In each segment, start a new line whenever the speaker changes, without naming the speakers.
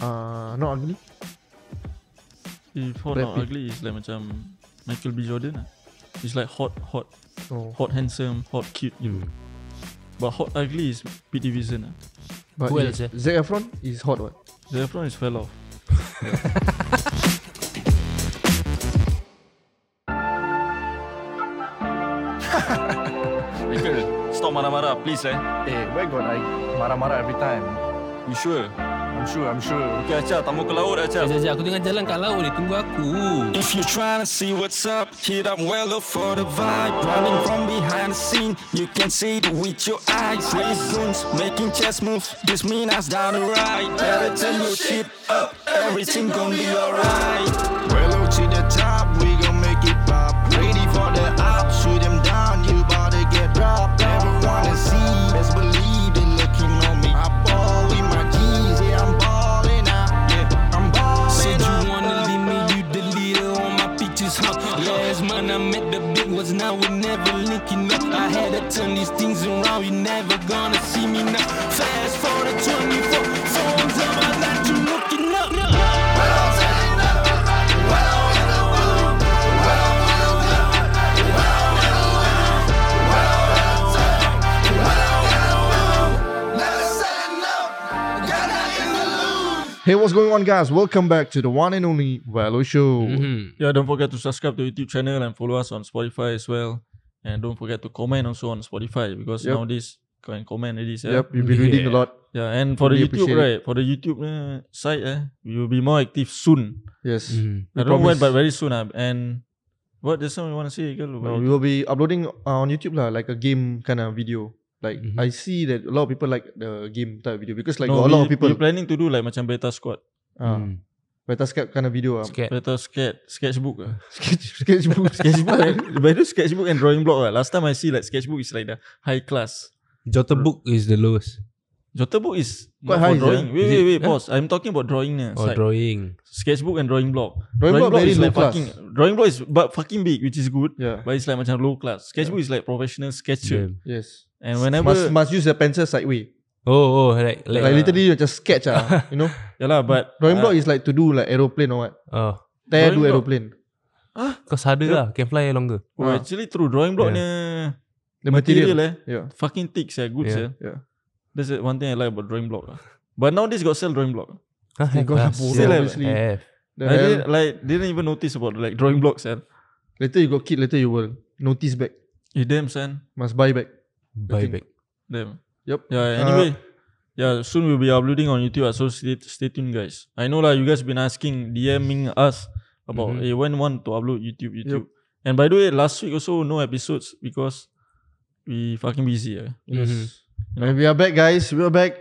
uh, not ugly?
If hot
Brad
or
Pitt.
ugly is like macam Michael B. Jordan lah. It's like hot, hot,
No.
hot handsome, hot cute.
Hmm.
But hot ugly is Pete Davidson lah.
But
Who
if-
else, eh?
Zac Efron is hot what?
Zac Efron is fell off.
Michael, stop marah-marah please eh.
Eh, where got I marah-marah every time?
You sure?
I'm sure, I'm sure.
Okay, Acah, tamu ke laut Acah.
Jajah, aku tengah jalan kat laut ni. Tunggu aku.
If you're trying to see what's up, hit up well up for the vibe. Running from behind the scene, you can see it with your eyes. Raise goons, making chess moves. This mean us down the right. Better turn your shit up, everything gon' be alright.
Well up to the top, we gon' make it pop. Ready for the op, shoot them down, you bout to get dropped. Never wanna see, best believe they looking on me. I ball with my keys, yeah, I'm ballin' out, yeah, I'm
Said
ballin'
you
out.
wanna leave me, you the leader on my pictures, huh? Last month I met the big ones, now we're never linking up. I had to turn these things around, you never gonna see me now. Fast forward 24 phones on my life, you looking up.
Hey, what's going on, guys? Welcome back to the one and only Valo Show.
Mhm.
Yeah, don't forget to subscribe to YouTube channel and follow us on Spotify as well. And don't forget to comment also on Spotify because
Yep.
nowadays can comment already. sia.
Yep, you've been reading a
Yeah.
lot.
Yeah, and for the
Really
YouTube
appreciate it.
right, for the YouTube uh, side, eh, we will be more active soon.
Yes.
Mhm.
I don't know when,
promise.
but very soon. Ah, and what there's something you want to say, girl?
No, we will be uploading uh, on YouTube lah, like a game kind of video. Like
Mhm.
I see that a lot of people like the game type video because like
Mm-hmm. No,
got a
we- Mm.
lot of people
We're planning to do like macam beta squad,
uh,
Mhm.
beta sketch kind of video. Uh.
Scared.
beta sketch, sketchbook. ah.
sketch, sketchbook,
sketchbook, eh, by the sketchbook and drawing block. Ah, Last time I see like sketchbook is like the high class.
Jota book is the lowest.
Jotter book is
Quite
not
high,
for
sia.
drawing. Wait,
Is
wait,
it? Oh,
wait,
Huh?
pause. I'm talking about drawing. Uh,
Or drawing.
sketchbook and drawing block.
Drawing block very
is
low
like
class.
fucking drawing block is but fucking big, which is good.
Yeah.
But it's like macam low class. Sketchbook is like professional sketcher.
Damn.
Yes.
And whenever
Must must use the pencil sideway.
Oh, oh, like, like,
Like literally you just sketch ah, you know.
yeah lah, but
Drawing
uh,
block is like to do like aeroplane or what.
oh,
Tear do
Drawing block-
aeroplane.
cause harder lah. Can fly longer.
oh,
ah.
actually through drawing block
Yeah.
yeah.
The
material,
material.
eh
Yeah.
fucking thick yeah, good
Yeah.
yeah.
Yeah.
That's the one thing I like about drawing block. ah. But nowadays got sell drawing block.
Huh,
They
have
got
lah.
bodoh,
Still have,
obviously.
Have.
The
I
hell.
didn't like didn't even notice about like drawing blocks and
Later you got kid, later you will notice back.
eh, damn son.
Must buy back.
Buy
think-
back.
Damn.
Yep.
Yeah, anyway. yeah, soon we'll be uploading on YouTube. ah, So stay, stay tuned, guys. I know lah, you guys been asking, DMing us about
Mhm.
eh, when want to upload YouTube, YouTube. And by the way, last week also no episodes because we fucking busy. eh.
Yes.
Mhm.
And we are back, guys. We are back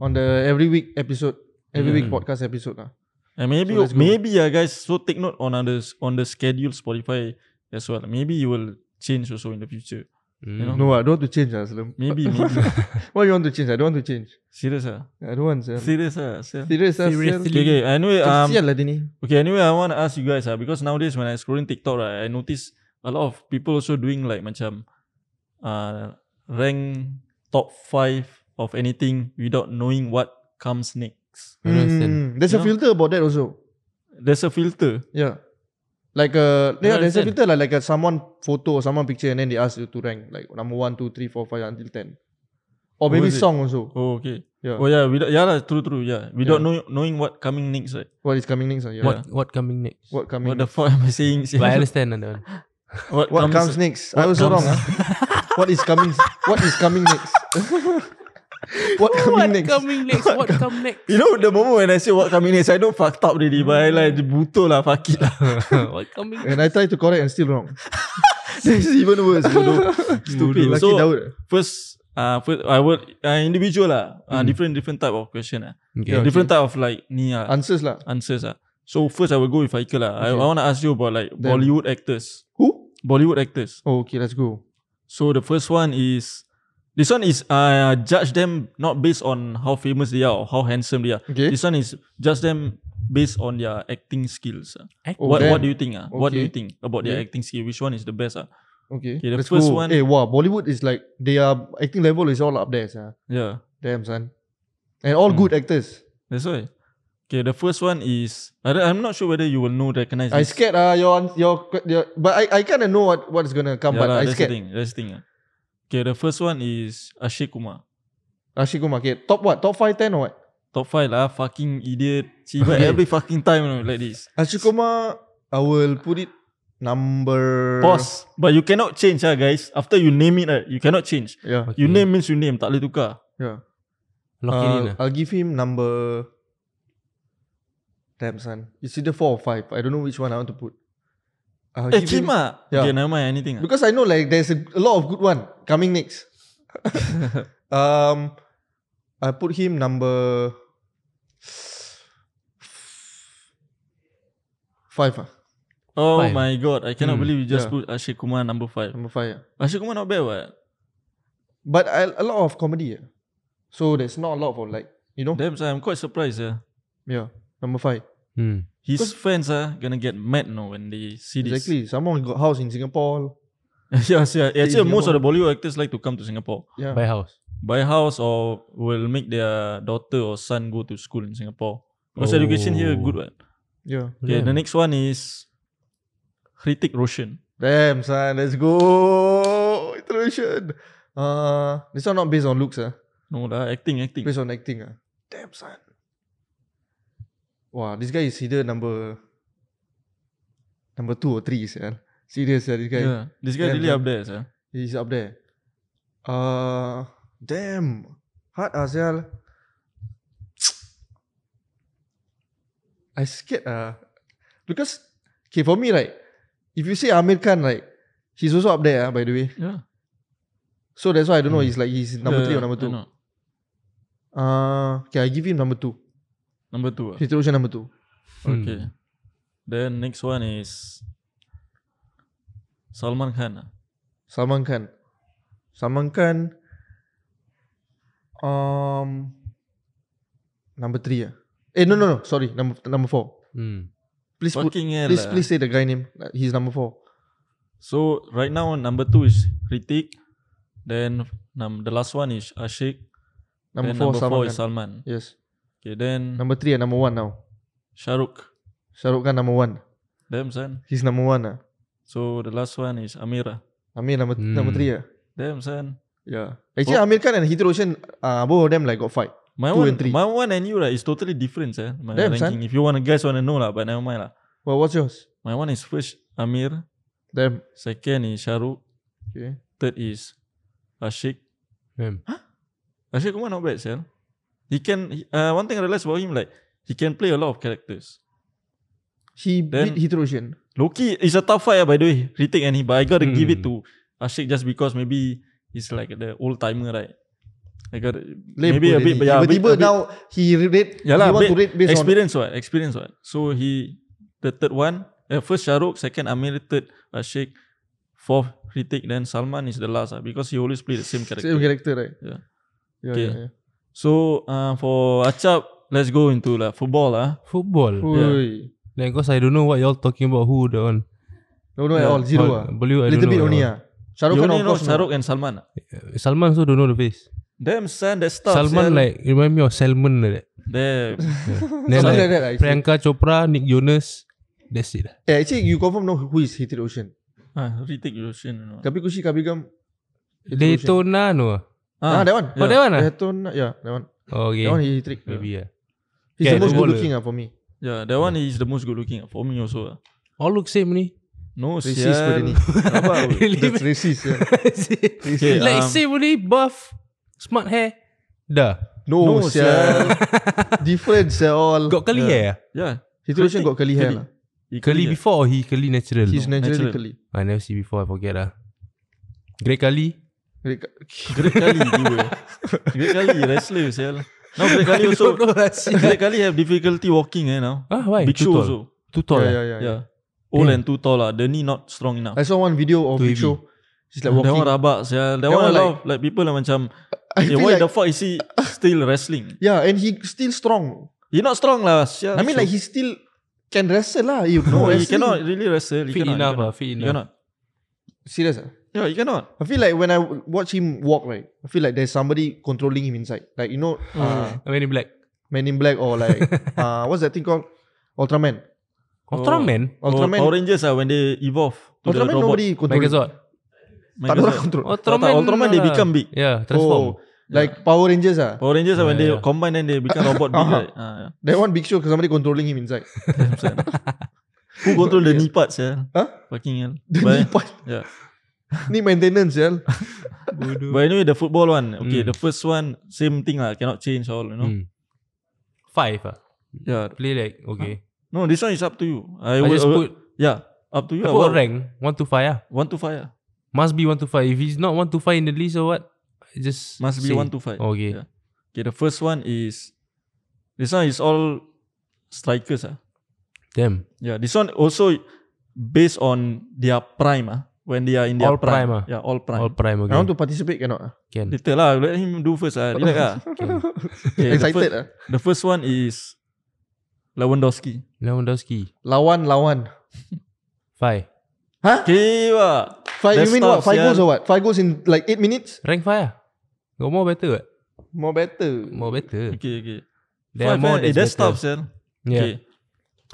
on the every week episode, every week
Mm.
podcast episode. lah.
And maybe
So let's go.
maybe yeah, guys. So take note on others on the schedule Spotify as well. Maybe you will change also in the future.
Mm.
No, I don't want to change. ah, Salim.
Maybe maybe
Why you want to change? I don't want to change.
serious ah
I don't want. Sir.
serious ah serious.
Serious, ah,
Seriously.
sial.
Okay, okay. Anyway, um,
Sial lah dia ni.
Okay, anyway, I want to ask you guys ah because nowadays when I scrolling TikTok, right, I notice a lot of people also doing like macam uh, rank top five of anything without knowing what comes next.
I understand.
Mm, There's a
You know?
filter about that also.
There's a filter.
Yeah. Like a yeah, there's a
understand.
filter lah, like, like a someone photo or someone picture and then they ask you to rank like number one, two, three, four, five until ten. Or
What
maybe
was it?
song also.
Oh, okay.
Yeah.
Oh yeah, without yeah lah, true true yeah.
Yeah.
Without knowing knowing what coming next, right?
What is coming next? ah, Yeah.
What what coming next?
What coming?
What the fuck am I saying?
But I understand on that one.
what,
What comes, next? I was so wrong.
comes-
ah. what is coming? What is coming next? what coming next?
coming next? What come next?
You know the moment when I say what coming next, I know fucked up already, but I like buto lah, fuck it lah.
what coming
and I try to correct and still wrong.
That's even worse. bodoh. Stupid.
Lucky
So-
Daud.
first uh, first I would uh, individual lah uh,
Hmm.
different different type of question lah
Okay.
different type of like ni ah
Answers lah.
answers ah so first I will go with Haikal lah I, I
Okay.
want to ask you about like
Then-
Bollywood actors
Who?
Bollywood actors
Oh, okay, let's go.
so the first one is this one is uh, judge them not based on how famous they are or how handsome they are
Okay.
this one is judge them based on their acting skills ah.
Oh,
what
damn.
what do you think ah what do
Okay.
you think about their
Okay.
acting skill which one is the best ah
Okay.
Okay, the
Let's
first
go.
one-
Hey, wow, Bollywood is like they are acting level is all up there, sir.
yeah
Damn son. And all
Hmm.
good actors.
That's why. Okay, the first one is I don't- I'm not sure whether you will know recognize.
I
this.
scared ah your, ans- your que- your but I I kind of know what what is gonna come but
Yeah lah,
I
that's the
scared.
thing. That's the thing. ah. Okay, the first one is Ashik Kumar.
Rashid go market. Top what? Top 5, 10 or what?
Top five lah, fucking idiot. Cibat
Okay.
every fucking time you know, like this.
Rashid Kumar, I will put it number.
Pause. But you cannot change ah guys. After you name it, right, you cannot change.
Yeah.
You name means you name, tak boleh tukar.
Yeah.
Lock it in eh?
Uh,
lah.
I'll give him number. Damn son, it's either four or five. I don't know which one I want to put. I'll
Eh,
give
Kim
him-
ah.
Oh, Yeah.
Okay, never mind anything. ah.
Because I know like there's a, a lot of good one coming next. um, I put him number five. Ah,
Oh
Five.
my god, I cannot
Hmm,
believe you
yeah.
just put Ashik Kumar number five.
number five. ah.
Ashik Kumar not bad what?
But I, a lot of comedy. ah. So there's not a lot of like you know.
Damn, son, I'm quite surprised. Yeah.
yeah, Ya, number five.
Hmm.
His fans are gonna get mad no when they see
Exactly. Someone got house in Singapore.
this. yes, yeah. Actually,
in
most of the Bollywood actors like to come to Singapore,
Yeah.
Buy house.
buy house, or will make their daughter or son go to school in Singapore because education here
Oh.
good. What?
Yeah.
Okay, the
Damn.
next one is Hrithik Roshan.
Damn, son, let's go. Iteration. Uh, this one not based on looks, ah.
No lah, acting, acting.
Based on acting, ah. Damn, son. Wow, this guy is either number number two or three, sir. Serious, ah, this guy.
Yeah, this guy
Damn,
really
damn.
up there. Sir.
He's up there. Uh, damn. Hard ah, as hell. I scared. Uh, because, okay, for me, right, if you say Amir Khan, right, he's also up there, uh, by the way.
Yeah,
So that's why I don't know. He's like, he's number
Yeah,
three or number
I
two.
know.
Uh, okay, I give him number two.
Number two. ah.
He's also number two.
Hmm.
Okay. Then next one is Salman Khan. ah.
Salman Khan. Salman Khan. Um, number three. Uh. Eh, no, no, no. Sorry. Number, number four.
Hmm.
Please put,
Fucking hell.
please,
ah.
please say the guy name. Uh, He's number four.
So right now number two is Ritik. Then num- the last one is Ashik.
Number
then
four, Salman
number
kan?
four
Khan.
is Salman.
yes.
Okay, then
Number three and number one now.
Shahrukh.
Shahrukh Khan number one.
Damn son.
He's number one. Uh.
So the last one is Amira.
Amir number number
Hmm.
three. Uh.
Damn son.
Yeah.
Oh.
Actually, Amir Khan and Hithir Roshan, uh, both of them like got fight.
My
Two
one,
and three.
my one and you right is totally different. Eh? My
Damn,
ranking.
son.
If you want to guys want to know lah, but never mind lah.
Well, what's yours?
My one is first Amir.
Them.
Second is Shahrukh.
Okay.
Third is Ashik.
Damn.
Ashik Kumar not bad, sir. He can. he- uh, one thing I realized about him, like he can play a lot of characters.
He
Then-
beat Hithir Roshan.
Loki is a tough fight, ah, by the way. Retake and he, but I gotta give it
Hmm.
to Ashik just because maybe he's like the old timer, right? I gotta
Lame
maybe a
already.
bit, but yeah, a bit,
Tiba-tiba
a bit
now he rate.
Yeah lah,
he want
bit
to rate based on.
experience what, experience what. So he, the third one, uh, first Shahrukh, second Amir, third Ashik, fourth Ritik, then Salman is the last ah, because he always play the same character.
Same character, right?
Yeah.
Yeah,
Okay.
yeah, yeah.
So uh, for Achap, let's go into like football ah.
Football.
Hui.
Like, cause I don't know what y'all talking about. Who the one?
No, no, at
Yeah.
all. Zero.
Or
ah.
Bollywood, I
Little
don't
bit
know
only.
that
ah. Shahrukh
you
Khan,
only
of
know
course. no.
Shahrukh and Salman. ah.
one. Salman also don't know the face.
Damn son, that's tough.
Salman
sia.
like remind me of Salmon like that.
damn.
Then
Something like
like
that. ah, actually.
Priyanka Chopra, Nick Jonas. That's it. lah.
Eh, actually, you confirm know who is Hithir Roshan.
ah, Ritik Roshan. You know.
Tapi Kushi Kabigam. Hithir Roshan.
Daytona no. ah?
Ah, that one.
Yeah.
Oh, that one ah?
Daytona, yeah, that one.
Oh, okay.
That one he trick.
Maybe yeah.
He's
Okay,
the most
footballer.
good looking ah for me.
Yeah, that one is the most good looking ah, for me also. ah.
All look same ni.
No,
Racist
sial.
benda ni.
Rabak, weh.
That's racist. yeah.
Okay,
like
um,
same only buff, smart hair. Dah.
No,
No,
sial. Different, sial. all.
Got curly
Yeah.
hair. ah?
Yeah.
Hithir Roshan got curly hair lah.
He curly
Curly before or he curly natural?
He's naturally
natural.
curly.
I never see before. I forget lah. Grey curly.
Very cu-
Great Kali dia. Great Kali wrestler sial. Now Great Kali also
don't know lah, shit.
Great Kali have difficulty walking eh now.
Ah, why?
Big
Too
Show
tall.
also.
Too tall.
Yeah,
eh?
yeah, yeah, yeah.
Yeah. Old and too tall lah. The knee not strong enough.
I saw one video of
Too
Big
heavy.
Show. He's like
That one
walking.
rabak sial. That,
That
one,
one
a lot of like people like macam
I
eh,
feel
why
like-
the fuck is he still wrestling?
Yeah, and he still strong.
He not strong lah. Sial.
I mean, like he still can wrestle lah. You know,
no, he cannot really wrestle. He
Fit
cannot, he cannot.
enough ah, fit
He
enough.
cannot.
Serious ah.
Yeah, he cannot.
I feel like when I watch him walk, right, I feel like there's somebody controlling him inside. Like you know, uh,
I mean, black.
Men in Black or like uh, what's that thing called Ultraman.
Ultraman?
Ultraman.
Power Rangers lah when they evolve to
Ultraman
the robot. Oh,
nobody control.
Megazord.
Tak ada orang control.
Tak, tak, Ultraman they
lah.
become big.
Yeah,
Oh,
transform.
like Power Rangers ah.
Power Rangers lah when they
Yeah, yeah.
combine then they become robot big
Uh-huh.
right. Ah, yeah.
That one Big Show somebody controlling him inside.
Who control the knee parts yeah?
Huh?
Fucking hell.
The
But-
knee part.
Yeah.
Knee maintenance, yeah.
But anyway, the football one, okay,
Mm.
the first one, same thing lah, cannot change all, you know.
Hmm. Five ah.
Yeah.
Play like okay.
No, this one is up to you. I,
I
will-
just
I will-
put
yeah, up to you.
I
I
put a
will-
rank one to five ah.
One to five. ah.
Must be one to five. If it's not one to five in the list or what, I just
Must be
say.
one to five.
Okay.
Yeah. Okay, the first one is this one is all strikers. Ah,
Damn.
Yeah, this one also based on their prime. Ah, when they are in their
All prime ah.
Yeah, all prime.
All prime
I want
again.
to participate cannot. ah?
Can.
Later lah, let him do first. Ah. Relax ah. Okay, the,
Excited
first,
ah.
the first one is Lewandowski.
Lewandowski.
Lawan lawan.
Five.
Okay, wah.
Five
That's
you mean what?
tough,
Five
sia.
goals or what? Five goals in like eight minutes?
Rank five ah. Got more better what?
More better.
More better.
Okay, okay.
Hmm. There
Five,
are more
eh, that's
that's
tough,
better.
sir. Okay.
Yeah.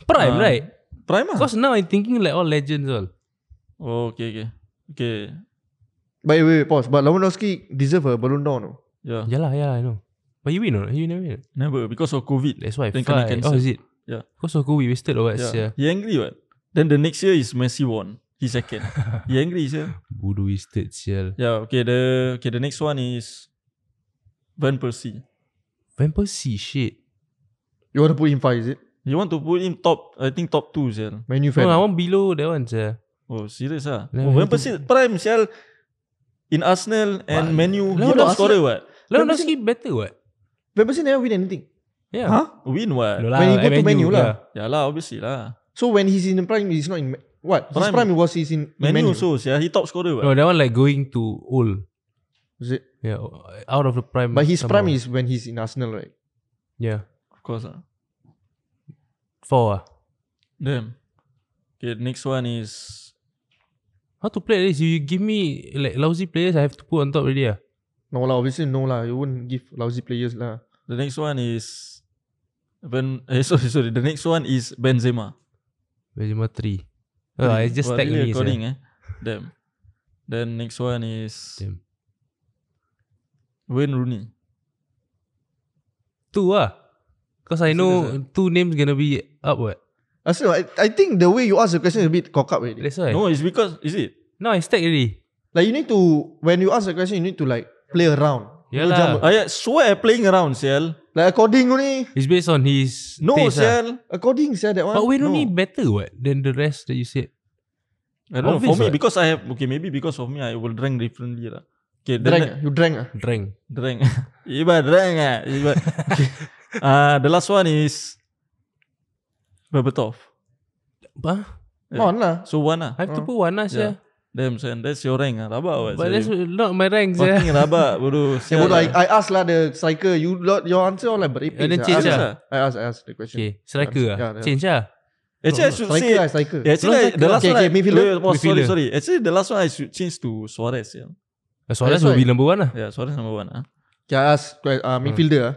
Prime
Ah.
right?
Prime ah.
Because now I'm thinking like all legends all.
Oh, okay, okay. Okay.
But wait, wait, pause. But Lewandowski deserve a Ballon d'Or. No?
Yeah.
Yeah lah, yeah lah, I know. But you win or not? You never win. or not?
Never because of COVID.
That's why
Then kena
five.
cancel.
Oh, is it?
Yeah.
Because of COVID wasted or what?
Yeah.
Yeah.
He angry what? Then the next year is Messi won. He second. he angry sir.
Bodoh wasted sial.
Yeah. Okay. The okay the next one is Van Persie.
Van Persie shit.
You want to put him five, is it?
You want to put him top? I think top two sir.
Menu fan.
No, I want below that one sial.
Oh serious ah.
Yeah,
Oh, Van
he
Persie prime sir. In Arsenal and Man U, he
Lah,
top
Arsenal-
scorer what?
Lewandowski better what?
Van Persie never win anything.
Yeah.
Win what?
No lah,
When he go
at
to Man U lah.
yeah.
Yeah lah, obviously lah.
So when he's in the prime, he's not in what? His
Prime.
prime was he's in in
Man
U.
U also, yeah, he top scorer what?
No, that one like going to old.
Is it?
Yeah, out of the prime.
But his
somehow.
prime is when he's in Arsenal, right?
yeah
Of course ah.
four. Ah.
Damn. Okay, next one is
How to play this? You, you give me like lousy players, I have to put on top already. Ah.
No lah, obviously no lah. You wouldn't give lousy players lah.
the next one is Ben. Eh, sorry, sorry. The next one is Benzema.
Benzema three. Oh, I just
Wah,
tag
really
me.
According,
sia.
eh. Damn. Then next one is
Damn.
Wayne Rooney.
Two ah. Cause I
Serious
know two names gonna be up. What?
Arsenal, I, I think the way you ask the question is a bit cock up already.
That's why.
No,
No,
it's because is it?
I stack already.
Like you need to when you ask the question, you need to like play around.
Yeah
No
lah.
jump.
I swear I playing around, Sial.
Like according only,
It's based on his
No,
taste. ah.
Sial.
according said that one.
But Wayne
no.
Rooney better what than the rest that you said.
I don't know.
Obvious
For me,
what?
because I have okay, maybe because of me, I will drink differently lah. Okay, then
drank.
the-
ah? You drank. ah?
Drang.
drink. Iba drink ah. Iba. okay. Uh, the last one is Berbatov.
Bah,
Yeah.
On lah.
So one ah.
I have to
Oh.
put one ah, yeah.
Damn son, that's your rank ah. Rabak what.
But that's not my rank yeah.
fucking rabak
Yeah,
bodoh. Sial
but like
lah.
I asked lah the striker, you lot your answer all like beripis.
And
ah.
then change
I asked,
ah.
I asked, I asked the question.
Okay, striker ah.
Yeah, yeah.
Change ah.
Actually, I should
Striker, I
say.
striker.
Yeah, actually,
No,
like, the last
okay,
one.
okay,
I-
midfielder.
wait, wait, wait, sorry,
Midfielder.
sorry. Actually, the last one I should change to Suarez. Yeah,
Uh, Suarez
That's
will be
why-
number one ah.
yeah Suarez number one. Ah,
Okay, I asked uh, midfielder. ah.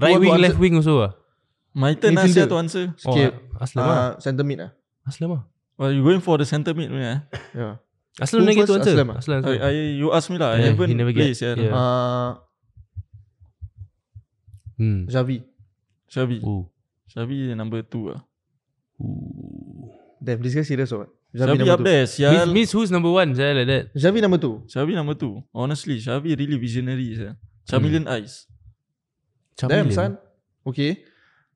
Right
Who
wing,
want to
left wing also ah.
My turn ah,
Midfielder.
sia, to answer.
Oh,
Okay.
Aslam ah.
Uh, centre mid ah.
Aslam ah.
Well, you going for the centre mid, yeah?
Yeah.
Aslam
Who
lagi tu
first?
answer.
Aslam ah?
Aslam.
I, I,
Aslam.
you ask me lah. I
Yeah,
haven't
he never
play,
get-
yeah.
yeah.
Uh,
Hmm.
Javi.
Xavi,
Oh.
Xavi number two ah.
Damn, this guy serious or what? Xavi
Xavi
number
up
two.
there,
Means,
sial.
means who's number one saya like that.
Xavi number two.
Xavi number two. Honestly, Xavi really visionary, sial. Chameleon eyes.
Damn,
Chameleon.
son. Okay.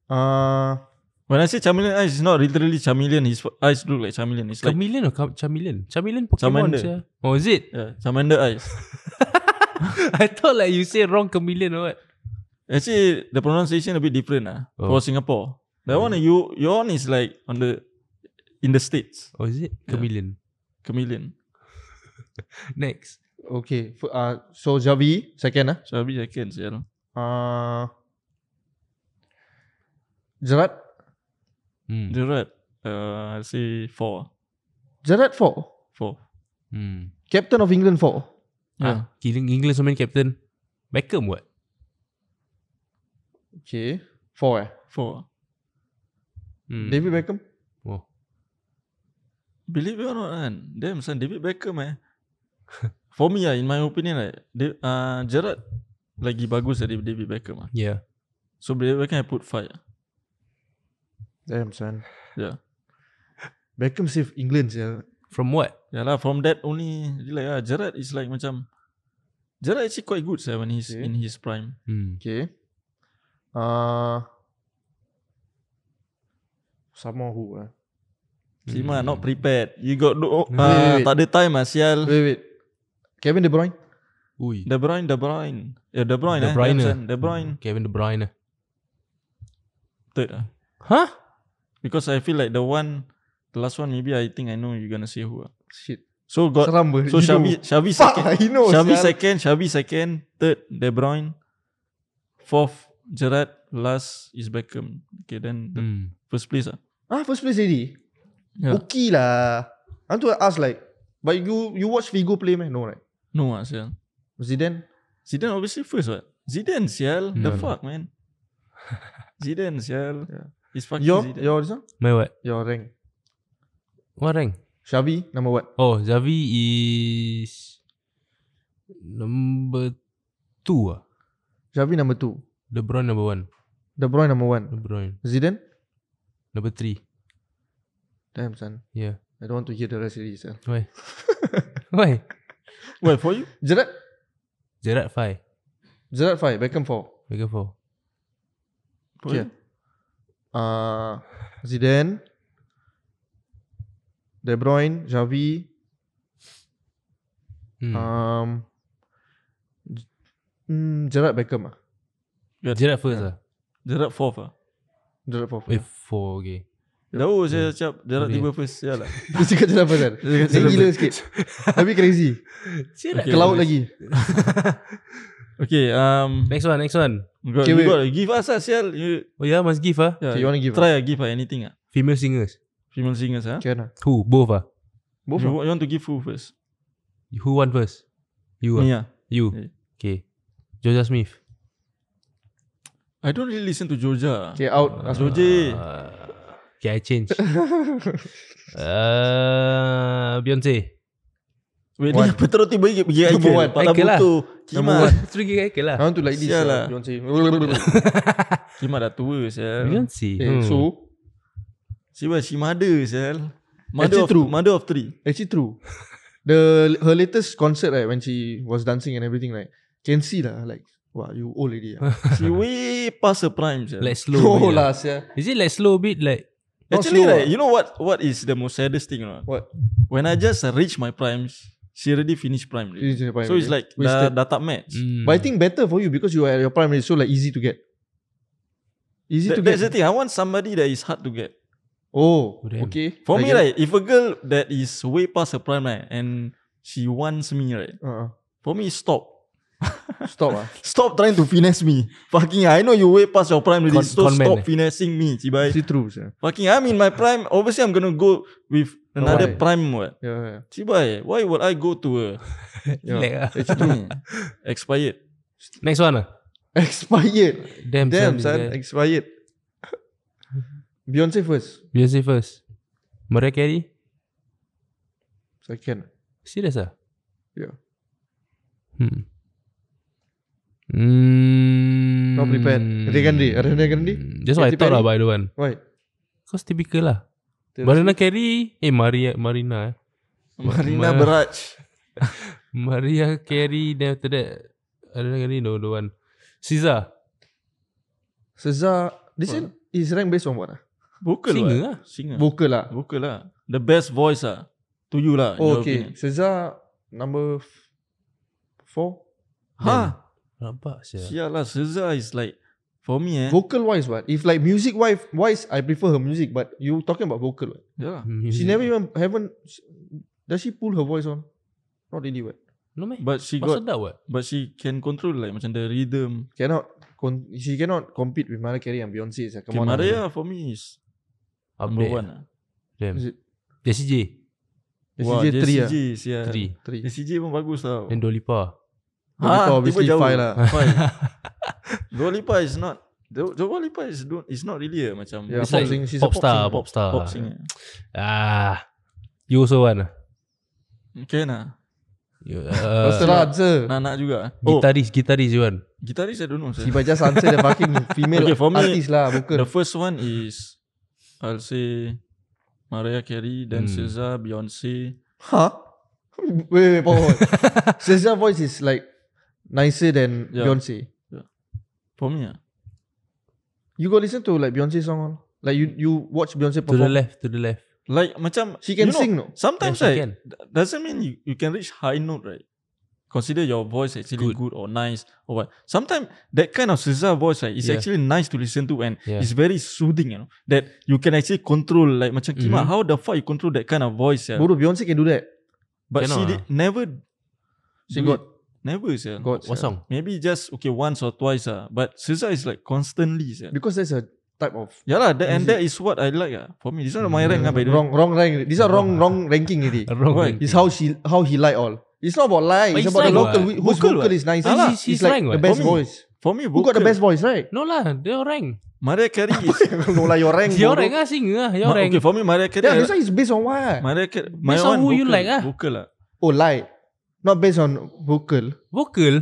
Uh,
When I say chameleon eyes, it's not literally chameleon. His eyes look like chameleon. It's like
Chameleon or Cam- Chameleon? Chameleon Pokemon
Charmander.
saya. Oh is it?
yeah, Charmander eyes.
I thought like you say wrong chameleon or what?
Actually, the pronunciation a bit different ah
Oh.
for Singapore. That one you your one is like on the in the states
Oh is it? Chameleon.
chameleon.
Next.
okay. F- uh, so Javi second ah.
So I be second, you know.
Uh, Gerard.
Hmm.
Gerard, uh, I say four,
Gerard four.
four.
Hmm.
Captain of England four.
Yeah.
Ah, England, England so many captain. Beckham what?
Okay. Four eh?
Four.
Hmm.
David Beckham?
Oh.
Believe it or not kan Damn son David Beckham eh For me lah In my opinion like da- uh, Gerard Lagi bagus dari David Beckham lah
Yeah.
So David Beckham I put 5 lah
Damn son.
Yeah
Beckham save England yeah.
From what?
Yalah lah, from that only Like lah Gerard is like macam Gerard actually quite good sah When he's
Okay.
in his prime
Hmm.
Okay. Uh, someone who eh?
Sima not prepared You got no, uh,
wait, wait.
Tak ada time lah sial
Wait wait. Kevin De Bruyne?
Ui.
De Bruyne De Bruyne Ya De Bruyne
De
eh
Bruyne.
Damn, son. De Bruyne
Kevin De Bruyne.
Third lah
Huh?
Because I feel like the one The last one maybe I think I know you gonna say who lah
Shit.
So got
Seram ber.
So Shabi Shabi
Fuck
second,
he knows.
Shabi
sial.
second, Shabi second, third De Bruyne, fourth Gerrard, last is Beckham. Okay, then the
Hmm.
first place ah.
Ah first place already?
Yeah.
Okay lah. I want to ask like but you you watch Figo play man? No right?
No ah, sial.
Zidane?
Zidane obviously first what? Zidane sial, the
Yeah.
fuck man. Zidane sial. Yeah. It's fucking
Your
Zidane.
your this one?
My what?
Your rank.
What rank?
Shabi number what?
Oh, Zavi is number two ah.
Shabi number two.
De Bruyne number one.
De Bruyne number
De
one.
Bruyne
Zidane?
number three.
Damn son.
Yeah.
I don't want to hear the rest of this. ah.
Why? Why?
Well for you?
Gerard?
Gerard five.
Gerard 5, Beckham 4.
Beckham four.
For
Okay.
you?
Uh, Zidane, De Bruyne, Xavi,
Hmm.
um, J- mm, Gerard Beckham ah.
Gerard first ah.
Gerrard fourth ah.
Gerard 4.
Wait, four okay.
Jauh saya cakap Gerrard
Boleh.
tiba first sial lah.
Dia cakap Gerard apa kan? Dia gila sikit. Tapi crazy.
Gerard.
Okay,
Ke laut
nice.
lagi.
Okay, um
Next one, next one.
got,
Okay,
you
wait.
got, give us ah sial. You,
Oh yeah, must give ah.
yeah,
Okay, you wanna give ah?
Try ah, give ah anything ah.
Female singers.
Female singers ah.
Can lah.
Who? Both ah.
Both
You,
ah?
wa- you want to give who first?
Who won first? You ah.
Me ah.
You.
Eh.
Yeah.
Okay. Georgia Smith.
I don't really listen to Georgia. ah.
Okay, out. As well.
Joji.
Ah. Okay, I change. uh, Beyonce.
Wait, ni apa terus tiba pergi pergi
Number
Aikil?
one.
Pala
Aikil lah.
butuh. Kimat.
Number one. Terus pergi Michael lah.
I want to like this.
Sial lah.
Uh, Beyonce. okay,
Kimat dah tua, Sel.
Beyonce.
Eh, Hmm.
Hmm.
so,
Siapa si mother, Sel.
Actually
Mother of,
true.
mother of three.
actually true. The her latest concert right when she was dancing and everything right, can see lah like wow you old lady. Ah.
She way past her prime, Sel.
Like slow.
no
bit
lah, sia.
Is it like slow bit like
not
Actually,
slow,
right,
ah.
you know what what is the most saddest thing? Right?
What?
When I just reach my prime, she already finished prime. already.
Is it prime,
so it's
okay.
like dah,
Wasted.
dah tak match.
mm,
But I think better for you because you are at your prime age, so like easy to get. Easy
That,
to
that's the
get.
thing. I want somebody that is hard to get.
Oh,
Oh, damn.
okay.
For
I
me,
get it.
right, if a girl that is way past her prime, right, and she wants me, right,
Uh-uh.
for me, stop.
Stop ah.
Stop trying to finesse me. Fucking, I know you way past your prime already.
Con-
so
con man,
stop
eh.
finessing me, cibai.
See through. Sia.
Fucking, I'm in my prime. Obviously, I'm gonna go with another
Why?
prime. What?
Yeah, yeah.
Cibai, why would I go to a
yeah.
like, uh,
Hmm. expired?
Next one ah.
Expired.
Damn,
Damn, son.
son, this guy.
Expired. Beyonce first.
Beyonce first. Mariah Carey.
Second.
Serious ah.
Yeah.
Hmm. Mm.
Not prepared. Ariana Grande. Ariana Grande.
That's what I
Katy
thought lah
Perry.
by the one.
Why?
Cause typical lah. Marina Carey. Eh Maria Marina eh.
Marina
Ma-
Barrage.
Maria Carey then after that Ariana Grande no the one. Caesar.
Cesar. This one is ranked based on what? Ah?
Vocal
Singer
what?
lah.
Singer.
Vocal lah.
Vocal lah. The best voice ah. To you lah. in
Oh,
your
okay.
opinion.
Cesar number f- four.
Ha?
Rabak sia.
Sial lah. Seza is like, for me eh.
Vocal wise, what? If like music wise, wise, I prefer her music. But you talking about vocal, what?
yeah.
Hmm.
She never even haven't. Does she pull her voice on? Not really. What?
No meh.
But she
But
got,
sedap what?
but she can control like macam the rhythm.
Cannot. Con- she cannot compete with Mariah Carey and Beyonce. Sia. Come
Okay,
on. ah.
Maria for me is number
Update.
one. ah.
Damn.
Is it?
Jessie J.
Is
Wah,
it
JCJ
three? ah?
sia.
Three.
Three.
JCJ pun bagus tau. Ha,
Then Dua Lipa.
ah. Dua Lipa obviously five lah.
Five. Dua Lipa is not Jo- Johor Lipa is don't is not really a macam
Yeah,
it's
pop
like
sing- she's a
pop star,
singer.
pop star.
pop singer.
Ah, you also want? ah?
Okay nah.
You,
Terus
uh,
terang answer.
Nak nak juga. eh. lah. Oh,
guitarist, guitarist you want?
guitarist I don't know.
He
sir.
might just answer the fucking female
Okay, for me,
artist lah, bukan.
The first one is I'll say Mariah Carey, Dan
Hmm.
Caesar, Beyonce.
Huh? Wait, wait, wait, hold on. Cesar voice is like nicer than
Yeah.
Beyonce.
For me ah.
You go listen to like Beyonce song all. Like you you watch Beyonce
To the
perform.
left, to the left.
Like macam
She can
you know,
sing no?
Sometimes
Yes, she
right,
can.
d- doesn't mean you, you can reach high note right. Consider your voice actually
Good.
good, or nice or what. Sometimes that kind of Caesar voice right is
Yeah.
actually nice to listen to and
Yeah.
it's very soothing. You know that you can actually control like macam Kima.
Mhm.
How the fuck you control that kind of voice? Yeah?
Bodoh Beyonce can do that.
But she
Cannot
did,
ah.
never.
She
do
got
it. never yeah.
got
What song?
Maybe just okay once or twice ah. But Caesar is like constantly yeah.
Because that's a type of
Yeah lah, that, and that is what I like ah. For me, this is not my rank ah by the way.
Mm, wrong wrong rank. These are wrong wrong ranking already.
Wrong. eh?
Why?
ranking.
It's how she how he like all. It's not about lie.
But
It's
he's
about the
lying
local
what?
whi- whose
Vocal
vocal
what?
is nice.
But
It's-
he's- he's
it's like
lying
the
what?
best
For me.
voice.
For me,
Who got the best voice, right?
No lah, dia orang.
Mariah Carey is
no lah, your rank.
Dia
bodoh.
orang ah, singer ah, dia
Ma-
orang.
Okay, for me Mariah Carey.
Yeah,
I-
this one is based on what?
Mariah Carey. My
Based on
one
who
vocal,
you like ah.
Vocal lah.
Oh, lie. Not based on vocal.
Vocal.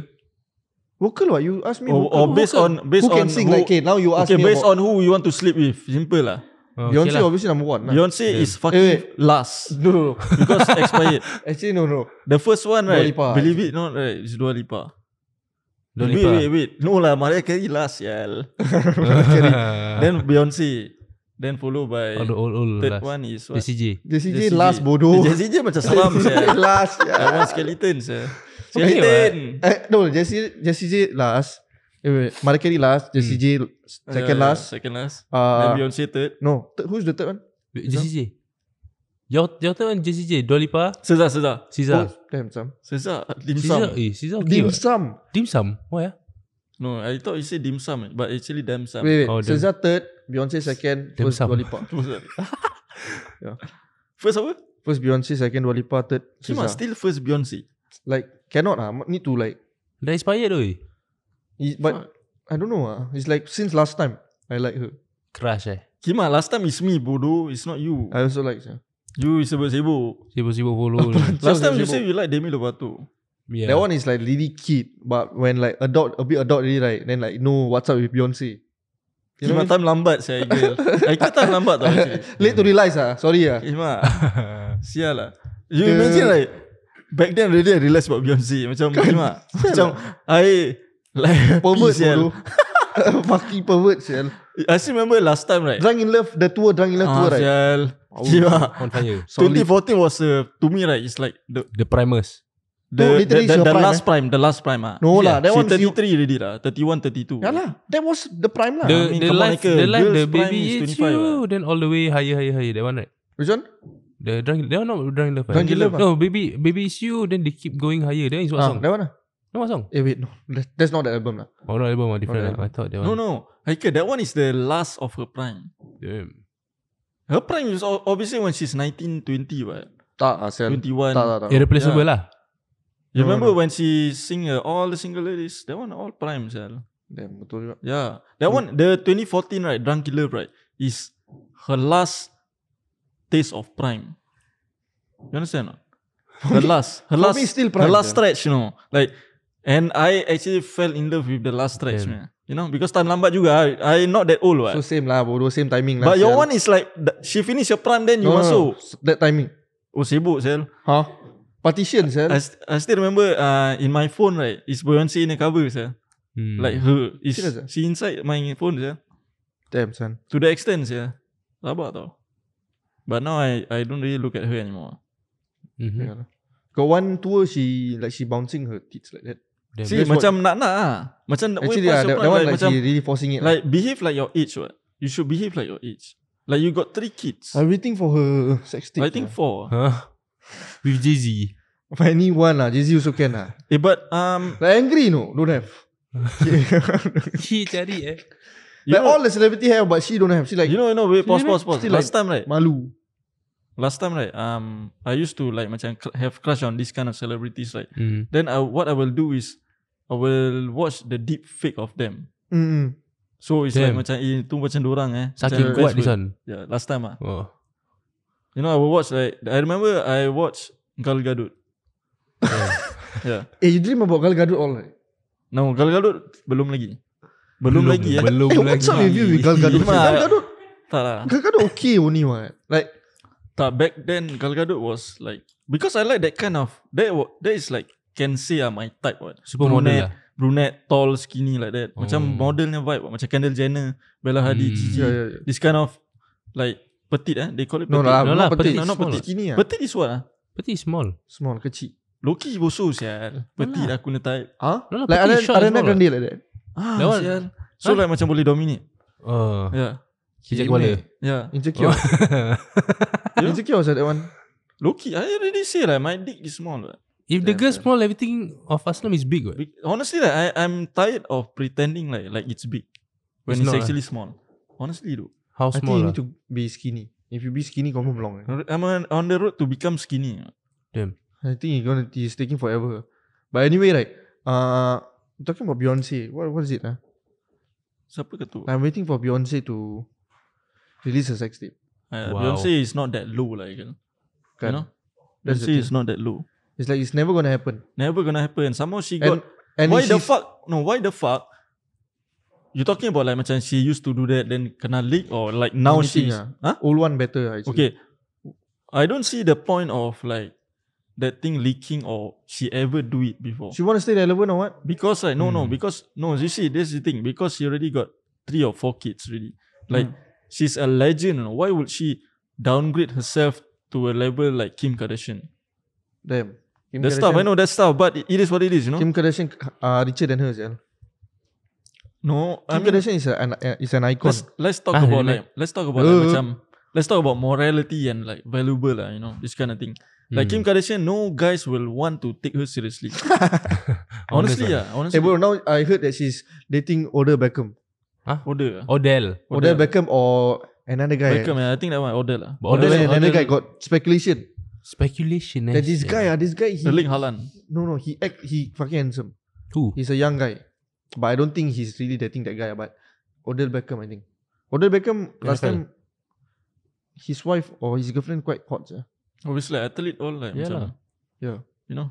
Vocal what? You ask me
Or,
vocal.
or Oh, based
vocal.
on based
who can
on
sing
who,
like Kate? Now you ask
okay,
me
based
about
on who you want to sleep with. Simple lah.
Oh, okay
Beyonce
lah.
obviously number one. Nah.
Beyonce
Yeah.
is fucking
Eh, wait.
last
No, no, no.
because expired.
Actually, no, no.
The first one
Dua
right,
Lipa.
believe it not right, is Dua Lipa.
Dua
Wait,
Lipa.
wait, wait. No lah, Mariah Carey last, yeah. then Beyonce, then follow by
all Ah. Oh, the old old
Eh, third
last.
one is what?
PCJ.
The CJ
JCJ.
last bodoh.
JCJ macam seram saya.
last.
I
Yeah.
want skeleton saya.
Okay,
Skeleton.
Eh, no, JC, JCJ last. Eh, wait, Marikeri last. JCJ second
Uh,
last.
Second last. then
Uh,
Beyonce third.
no, th- who's the third one?
JCJ. Your your third one JCJ, Dua Lipa,
Seza, Seza.
Oh,
Caesar.
damn, Sam.
Seza, dim
Caesar,
sum.
eh, Caesar okay.
Dim
what?
Sum.
Dim sum. Why ah?
No, I thought you said dim sum, eh, but actually dim sum.
Wait, wait.
Oh,
Oh,
damn.
third, Beyonce second,
Damn
first
Sum.
Dua Lipa. Yeah. Ya.
yeah. First apa?
First Beyonce, second Dua Lipa, third
Kima
SZA.
still first Beyonce.
Like, cannot ah. Need to like,
Dah expired oi.
i- but I don't know ah. It's like since last time I like her.
Crush eh.
Kima last time is me bodoh, it's not you.
I also like her.
You is sibuk-sibuk.
Sibuk-sibuk follow.
Last time
sibuk-sibuk.
you say you like Demi Lovato.
yeah.
That one is like really kid, but when like adult, a bit adult really right, then like no, what's up with Beyonce? You know what I
Kima time lambat saya girl. I kira time lambat tau actually.
mean? Late to realize ah, sorry ah.
Kima, sial lah. You
The-
imagine like, back then already I realised about Beyonce. Macam Kima, macam I like
Kan? lah. Pervert
sial.
bodoh. Fucking pervert sial.
I still remember last time right.
Drunk in love, the tour, drunk in love tour
Ah,
right.
sial. Kima.
on fire.
2014 was uh, to me right it's like the
The Primus.
the,
No,
the,
literally
the,
it's your
the
prime,
last
eh?
prime the last prime ah.
No lah, that
she
one is
33 already lah 31 32
Yeah lah, that was the prime lah.
The
Ah, mean,
the
come on,
life
Michael.
the life the
Girls' prime
baby
is
it's
25
you then all the way higher higher higher that one right.
Which one?
The drunk that one not drunk in love. eh?
Drunk in Love, ah.
No, baby baby it's you then they keep going higher. That one is what
Ah,
song?
that one lah.
No what song?
Eh wait, no, that, that's not the album lah.
Oh no album ah, different.
Not
ah. I thought that
no
one.
no Haika that one is the last of her prime
Damn.
her prime is o- obviously when she's 19 20 what
Tak ah sial.
21
Tak tak tak.
Irreplaceable lah.
you
No,
remember
no.
when she sing uh, all the single ladies that one all prime sel.
Damn, betul juga.
yeah Ya, that one the 2014 right drunk in love right is her last taste of prime you understand not? her last her
for
last
me still prime,
her last
yeah.
stretch you know like and I actually fell in love with the last stretch man.
Damn.
you know because time lambat juga I, I not that old what
So same lah bodoh, same timing lah.
but your
sial.
one is like th- she finish her prime then you
no, no, no,
masuk
that timing.
oh sibuk sel
Huh? Partition sial.
I, st- I still remember uh, in my phone right is Beyonce in the cover sel
Hmm.
like her is
Serious ah?
she inside my phone sel
Damn son.
To the extent yeah. Rabak tau. But now I I don't really look at her anymore.
Mhm.
Yeah. lah. Got one tour she like she bouncing her tits like that.
Damn.
See
that's what-
macam nak nak ah. Macam nak
Actually, yeah, that, that one
like,
like,
macam
she really forcing it. lah. Like,
like behave like your age what. You should behave like your age. Like you got three kids.
I'm waiting for her sex tape.
I think four.
Huh? With Jay Z.
for anyone lah. Jay-Z also can lah.
Eh but um
Like angry no, don't have.
He cari eh.
you
like
know,
all the celebrity have, but she don't have. She like
you know you know wait pause pause pause.
Still
Last
like-
time right.
malu.
Last time right. Um I used to like macam cr- have crush on this kind of celebrities right.
Mm.
Then I, what I will do is I will watch the deep fake of them.
Mm.
So it's
Damn.
like macam eh, Itu macam dorang eh Macam
Saking kuat
best
this
word.
one
yeah, Last time ah
oh.
You know I will watch like I remember I watch Gal Gadot Yeah
Eh you dream about Gal Gadot all right?
No Gal Gadot Belum lagi Belum, lagi eh
Belum
Eh
lagi
what's up with you with Gal Gadot?
Ima.
Gal Gadot,
Tak lah
Gal Gadot okay only what? Like
Tak back then Gal Gadot was like Because I like that kind of That wa- that is like Can say ah my type what
Supermodel lah
Brunette Tall skinny like that Macam
Oh.
modelnya vibe what. Macam Kendall Jenner Bella Hadid
Hmm.
Gigi
yeah, yeah, yeah.
This kind of Like Petite eh They call it
No
petite
lah,
No
no
lah,
not petite,
petite,
not
small
petite skinny lah.
Petite is what ah
Petite small
Small, kecil.
Loki bosok sial Petite aku punya type
Ah? like
No lah, petite
Ariana,
short
Ariana
small
Grande like that.
Ah,
That one-
sial. So like macam boleh dominate.
Oh
Yeah.
Kejap kepala
Yeah.
Insecure. Insecure is that one.
Loki, I already say like my dick is small. Right?
If the girl small Everything of Aslam is big what?
Be- Honestly, like, I I'm tired of pretending like like it's big when
It's
it's,
ah?
not,
actually small. Honestly, though,
How
I think you
small lah
need to be skinny. If you be skinny, confirm long. Eh.
I'm on, on the road to become skinny.
I think he's gonna he's taking forever. But anyway, right? Uh, talking about Beyonce, what what is it? Ah,
Siapa kata?
I'm waiting for Beyonce to release her sex tape.
Uh,
Wow.
Beyonce is not that low, like you know.
Kan?
You know?
That's the
Beyonce is
thing.
not that low.
It's like it's never gonna happen.
Never gonna happen. Somehow she
And
got.
and
why the
she's-
fuck? No, why the fuck? You talking about like macam she used to do that then kena leak or like now
Anything
she's
ah.
huh?
old one better ah, actually.
Okay. I don't see the point of like that thing leaking or she ever do it before.
She wanna stay relevant or what?
because like no no
Hmm.
because no you see this is the thing because she already got three or four kids really
Hmm.
like she's a legend. you know. Why would she downgrade herself to a level like Kim Kardashian?
Damn. Kim
That stuff I know that stuff, but it, it is what it is. You know.
Kim Kardashian uh, richer than her. Yeah.
no, I
Kim
mean
Kardashian is a, an uh, is an icon.
let's let's talk
Ah,
about
really?
like let's talk about like,
Uh.
macam let's talk about morality and like valuable lah. You know this kind of thing.
lah.
Like
Hmm.
Kim
Hmm.
Kardashian, no guys will want to take her seriously. honestly, eh? yeah,
Hey
honestly.
Eh, bro, now I heard that she's dating Odell Beckham.
Order.
Odell
Odell, Beckham or another guy.
Beckham, yeah. I think that one order lah.
But
Odell,
Odell-
and another guy got speculation
Speculation eh
that this guy, ah, this guy, he
Erling Haaland.
no no, he act, he fucking handsome.
Who?
He's a young guy, but I don't think he's really dating that guy. ah, But Odell Beckham, I think. Odell Beckham last
NFL.
time, his wife or his girlfriend quite hot. ah. Yeah.
Obviously, athlete all like
Yeah
macam,
lah.
yeah.
you know.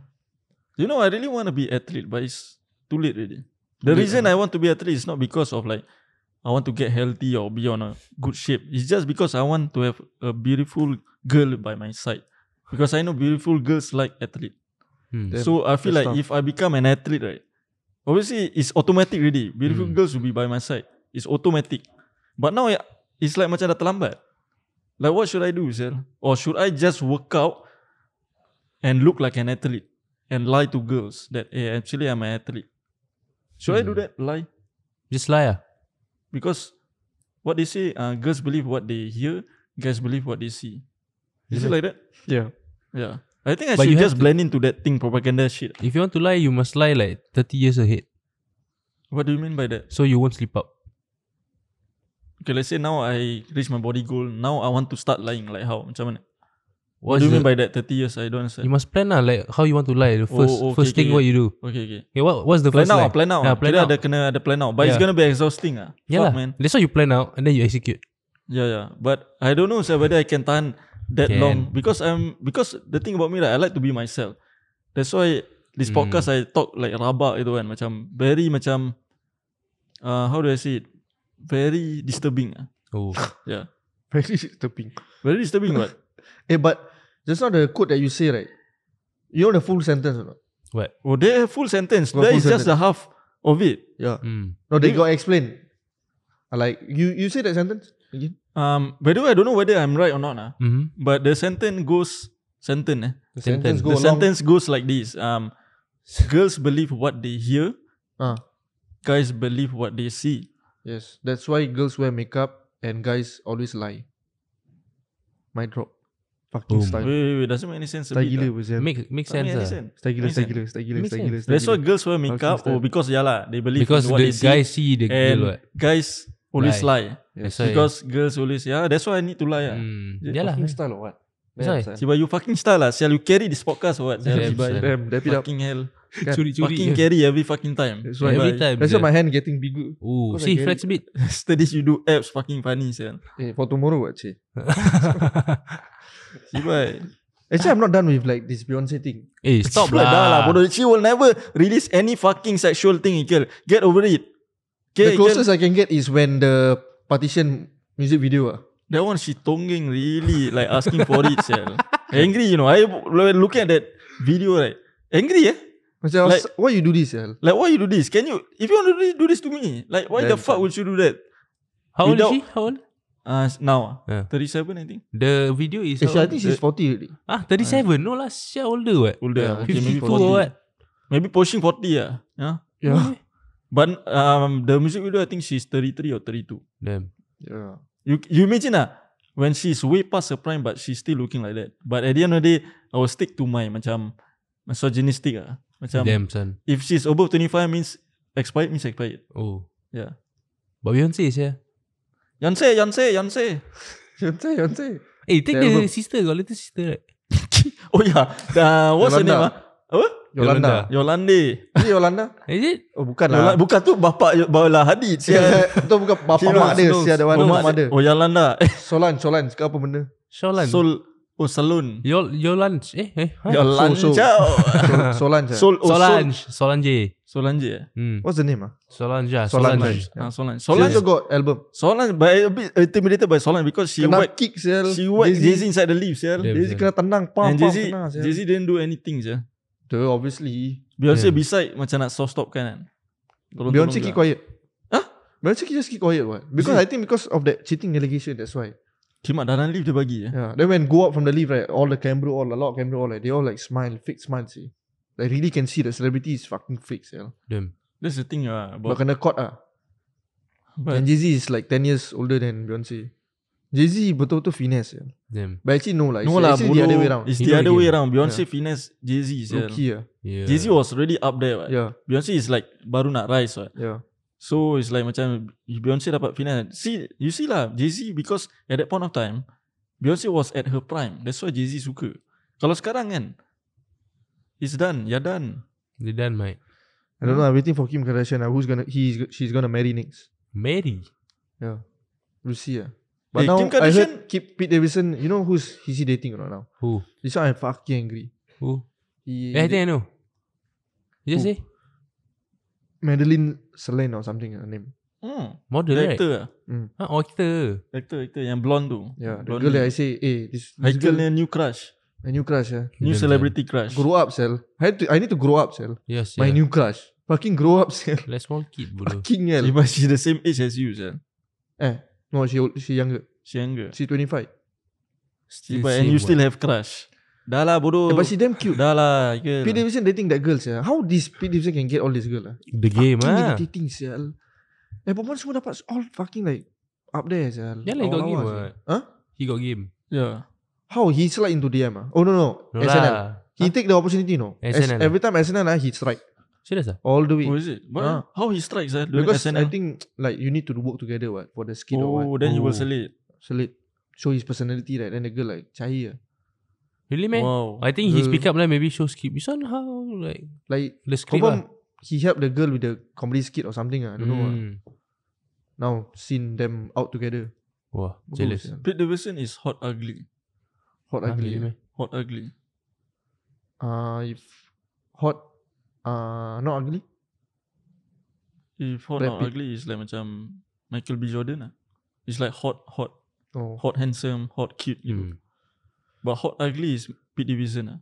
You know, I really want to be athlete, but it's too late already. The
Too late,
reason I want to be athlete is not because of like I want to get healthy or be on a good shape. It's just because I want to have a beautiful girl by my side. Because I know beautiful girls like athlete.
Hmm.
Damn,
so I feel
that's
like
tough.
if I become an athlete, right? Obviously, it's automatic already. Beautiful
Hmm.
girls will be by my side. It's automatic. But now I- it's like macam dah terlambat. Like what should I do, sir? Or should I just work out and look like an athlete and lie to girls that eh, actually I'm an athlete? Should I do
Hmm.
that? Lie?
Just lie ah
Because what they say, uh, girls believe what they hear, guys believe what they see. Is it like that?
Yeah.
Yeah. I think I
But
should
you have
just blend into that thing propaganda shit.
If you want to lie You must lie like 30 years ahead
What do you mean by that?
So you won't slip up
Okay, let's say now I reach my body goal. Now I want to start lying. Like how? Macam mana? What
What's
do you
the-
mean by that 30 years? I don't
You
understand.
must plan lah Like how you want to lie The
Oh,
first
okay,
first
okay,
thing what
okay.
you do
Okay, okay.
Okay what, what's the
Plan
first
out, ah,
line?
plan out.
Yeah, plan
Kira
out.
ada kena ada plan out. But it's
Yeah.
gonna be exhausting ah.
Yeah
Fuck,
lah.
man.
That's why you plan out And then you execute
Yeah, yeah. But I don't know sir, whether I can tahan that
Can.
long because I'm because the thing about me right, I like to be myself. That's why this
Hmm.
podcast I talk like rabak itu kan macam very macam uh, how do I say it? Very disturbing ah.
Oh
Yeah.
Very disturbing.
Very disturbing right?
Eh, but just not the quote that you say, right? You know the full sentence or not?
What?
Oh, they have full sentence.
Got
That
full
is
sentence.
just the half of it.
Yeah.
Hmm.
No, they
You-
got explain. Like you, you say that sentence again.
Um, by the way, I don't know whether I'm right or not. Ah,
Mm-hmm.
but the sentence goes sentence. Eh.
The
Sentence.
sentence, go
the
along.
sentence goes like this. Um, girls believe what they hear.
Ah.
Guys believe what they see.
Yes, that's why girls wear makeup and guys always lie. My drop. Fucking
Boom.
Wait,
style.
wait, wait. Doesn't make any sense. a
Style
bit
gila
lah.
pun, Zem.
Make make
Tak make
sense
any
lah
sense.
Style gila,
Make
style
sense.
gila, style gila,
Makes
style
sense.
gila. style
That's why
gila.
girls wear makeup.
Fucking
Oh,
style.
because yeah lah, they believe
Because
in what
the
they
guy
see.
see the
and
girl what
guys always lie.
That's why
Because girls always yeah. That's why I need to lie. Ah.
Hmm.
Yeah,
Yeah lah
Fucking style or what?
That's why.
Damn, son.
Siapa you fucking style lah. Sial you carry this podcast or what? Sial,
Damn,
sibai.
son.
Damn, dap it up.
Fucking hell.
Kan?
Curi-curi.
Fucking carry every fucking time.
That's why-
Every
Like,
time.
That's why my hand getting bigger.
Oh,
Cause I
see
get it.
flex a bit.
After this you do abs fucking funny sel.
Eh, for tomorrow actually.
Sibai.
Actually, I'm not done with like this Beyonce thing.
eh, stop
Sibai dah lah
lah.
bodoh. She will never release any fucking sexual thing Ikel. Get over it. Okay,
the closest I can get is when the partition music video ah.
That one she tongging really like asking for it sel. Angry you know. I when looking at that video right. Angry eh?
Macam
Like-
like, why you do this? Al?
Like why you do this? Can you if you want to do this, do this to me? Like why the
Damn
fuck
son.
would you do that?
How old is
Without-
she? How old?
Uh, now ah,
Yeah.
37 I think.
The video is
Actually, I
how
think
old?
she's 40 already.
Ah, 37. No lah, she older what?
Older.
Yeah,
ah. okay, maybe
52 or
40.
what?
Maybe pushing 40 ah. Yeah.
Yeah.
But um, the music video, I think she's 33 or 32.
Damn.
yeah.
You you imagine ah, when she's way past her prime, but she's still looking like that. But at the end of the day, I will stick to my macam misogynistic ah. Macam
Damn son.
if she's above 25 means expired means expired.
Oh.
Yeah.
But Beyonce is yeah.
Yansei, Yansei, Yansei.
Beyonce, Beyonce.
Eh, take
Terrible.
the sister, got little sister right?
Oh yeah. Uh, what's her name ah?
Yolanda.
Apa?
Yolanda.
Yolande.
Ini Yolanda.
Is it?
Oh, bukan
Yola,
lah.
bukan tu bapak Yo- Bala Hadid. Sial.
Itu eh, bukan bapak
Kira,
mak dia.
Snows.
Siapa ada one
Oh, mak-
mak dia.
Oh Yolanda.
Solan, Solan. Kau apa benda?
Sholan. Sol-
Sol Oh Salon.
Yol Yolange. Eh, eh. Huh?
Yolanda.
Sol- Sol. Sol- Solan. je.
Sol oh, Sol
Solange. Solange.
Solange eh?
Hmm.
What's the name ah?
Solange. ah,
Solange.
Solange.
Ah, Solange.
She
Solange,
also got album.
Solange, but I a bit intimidated by Solange because she
Kena
whack,
kick sial.
she whack Jay Z inside the leaves, yeah.
Damn.
Jay-Z kena tenang. Pam,
And
pam,
Jay Z,
kena
Jay Z
sial.
didn't do anything, yeah.
Duh, obviously.
Beyonce
Damn.
beside macam nak soft stop kan. kan? Tolong-tolong
Beyonce
juga.
keep quiet.
Huh?
Beyonce just keep quiet what? Because I think because of that cheating allegation, that's why.
Kimak dalam lift dia bagi, ya. yeah.
Yeah. Then when go up from the lift, right, all the camera, all a lot of camera, all like they all like smile, fake smile, see. Like really can see the celebrity is fucking fake, yeah.
Damn.
That's the thing, yeah.
But
About,
kena caught ah.
but,
And Jay Z is like 10 years older than Beyonce. Jay Z betul-betul finesse, yeah.
Damn.
But actually no lah.
no
It's
lah,
actually the other way
bodoh.
around.
It's
He
the
know
other
the
way
game.
around. Beyonce finesse Jay Z, yeah.
Rookie ah.
Yeah.
Jay Z was already up there, what.
Yeah,
Beyonce is like baru nak rise, what.
yeah.
So it's like macam Beyonce dapat final. See, you see lah Jay-Z because at that point of time Beyonce was at her prime. That's why Jay-Z suka. Kalau sekarang kan it's done, you're done.
They done, mate.
I
Hmm.
don't know. I'm waiting for Kim Kardashian. ah, Who's gonna? He's she's gonna marry next.
Mary.
Yeah, we'll see. ah. But
Eh,
now I
Kim
heard
Kardashian-
Kip, Pete Davidson. You know who's is he dating or not now?
Who?
This one I'm fucking angry.
Who?
He
Eh, I think I know. You just
Who?
say
Madeline Selene or something her name.
Hmm. The
model right?
actor lah.
Ah, oh, kita.
Actor, actor yang blonde tu.
Yeah, Ya, the
blonde
girl that I say, hey, this,
Haikal
this girl,
ni new crush.
my new crush. Yeah,
New
Damn,
celebrity crush.
grow up, sel. I had to, I need to grow up, sel.
Yes.
My
yeah.
new Ah, crush. Fucking grow up, sel.
Like small kid, bro.
Fucking hell.
She, but she the same age as you, sir.
Eh, no, she old, she younger.
She younger.
She 25.
She, but, and you still have crush. Dah lah bodoh.
Eh, but she damn cute.
Dah lah. girl.
Pete Davidson dating that girl, sel. How this Pete Davidson can get all this girl? Ah?
the game,
Fucking
ah.
irritating sial Eh perempuan semua dapat All fucking like Up there sial
Yeah, like he got
Lawa-lawa
game.
sial.
What?
Huh?
He got game.
Yeah.
How he slide into DM ah? Oh no no
No
SNL
lah.
He take the opportunity no As-
SNL.
Every time SNL lah He strike
Serious ah?
All the way
Oh, is it? But
Ah.
How he strikes, sir? During
Because I
SNL?
think Like you need to work together what For the skill or
Oh,
what
then he will
Oh.
select.
Selit Show his personality right Then the girl like Cahaya
Really, man?
Wow.
I think his
Uh,
pickup line lah. maybe shows keep. This one how like
Like
the script
Confirm
ah.
He helped the girl With the comedy skit Or something ah. I don't know ah.
Hmm.
Now seen them Out together
Wah,
Bagus,
jealous.
sial.
Pete Davidson is hot ugly.
Hot
Ah,
ugly
really, man?
Hot ugly.
Ah, if Hot ah Not ugly
If hot
Brad
not
Pitt.
ugly is like macam Michael B Jordan lah. It's like hot, hot,
Oh
hot handsome, hot cute gitu.
Hmm.
But hot ugly is Pete Davidson lah.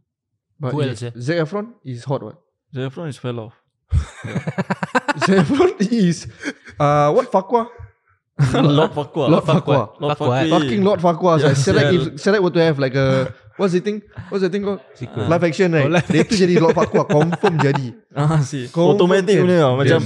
But
Who
if
else, eh?
Zac Efron is hot what?
Zac Efron is fell off.
Zac Efron is uh, what Fakwa?
Lord Fakwa.
Lord Fakwa.
Lord
Fakwa,
Fakwa.
eh.
Fucking Lord Fakwa. Yeah,
Yeah,
Select
sial.
if Select were to have like a what's the thing? What's the thing called?
Sequel.
Live action right?
Oh, live
Dia tu jadi Lord Fakwa confirm jadi.
Ah, see.
Confirm
Automatic
can.
punya tau. Macam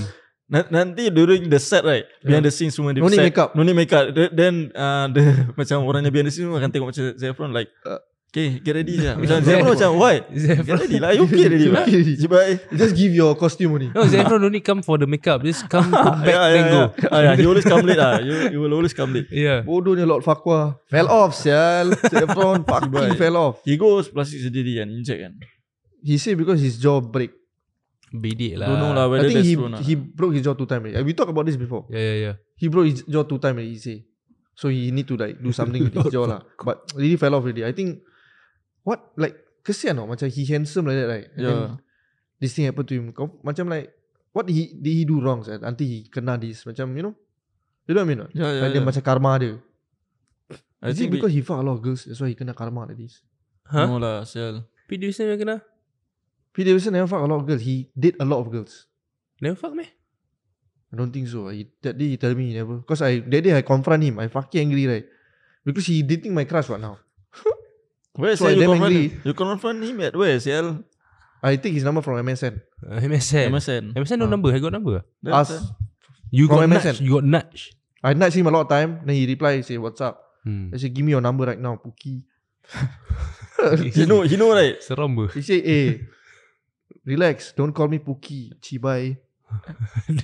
Yes.
na- nanti during the set right Behind the scenes semua dia
No need
set,
makeup.
No need makeup Th- Then uh, the, Macam orang yang behind the scenes semua Akan tengok macam Zac Efron like
Uh.
Okay get ready je Macam Zac Efron macam Why?
Zac
Get ready lah You okay ready
You
lah
okay already.
Cibai
You Just give your costume only.
No, Zac Efron don't need come for the makeup. Just come put back
yeah,
then
yeah,
go.
Yeah. Ah, yeah, he always come late ah. You, you will always come late.
Yeah.
Bodohnya Lord Fakwa Fell off sial Zac Efron fucking
Sibai.
fell off
He goes plastic surgery and inject kan.
He say because his jaw break
Bidik lah
Don't know lah
I
whether
think
that's
he
true or not.
he broke his jaw two times. already. We talked about this before.
Yeah yeah yeah
He broke his jaw two times. already, He say, so he need to like do something with his jaw lah. But really fell off already. I think what like kesian oh, macam he handsome like that right. And then
yeah.
this thing happened to him. Kau, macam like what he did he do wrong sir? Until he kena this macam you know. You know what I mean? or not?
Yeah, yeah,
like dia
yeah.
macam karma dia. Is ya, it
I think
because he fuck a lot of girls that's why he kena karma like this?
we, no lah, sial.
Pete Davidson yang kena
Pete Davidson never fuck a lot of girls. He did a lot of girls.
Never fuck meh
I don't think so. He, that day he tell me he never. Cause I that day I confront him. I fucking angry right. Because he dating my crush right now.
Where
So I
sial you
damn
confront
angry.
you confront him at where sial?
I take his number from MSN.
uh, MSN
MSN.
MSN no
Ah.
number I got number
Then
Ask.
sial.
You
From
got
MSN.
nudge You got nudge
I nudge him a lot of time. Then he reply say what's up.
hmm.
I say give me your number right now, Pookie.
He know he know right.
Seram ber
He say eh, relax. Don't call me Pookie. Chibai.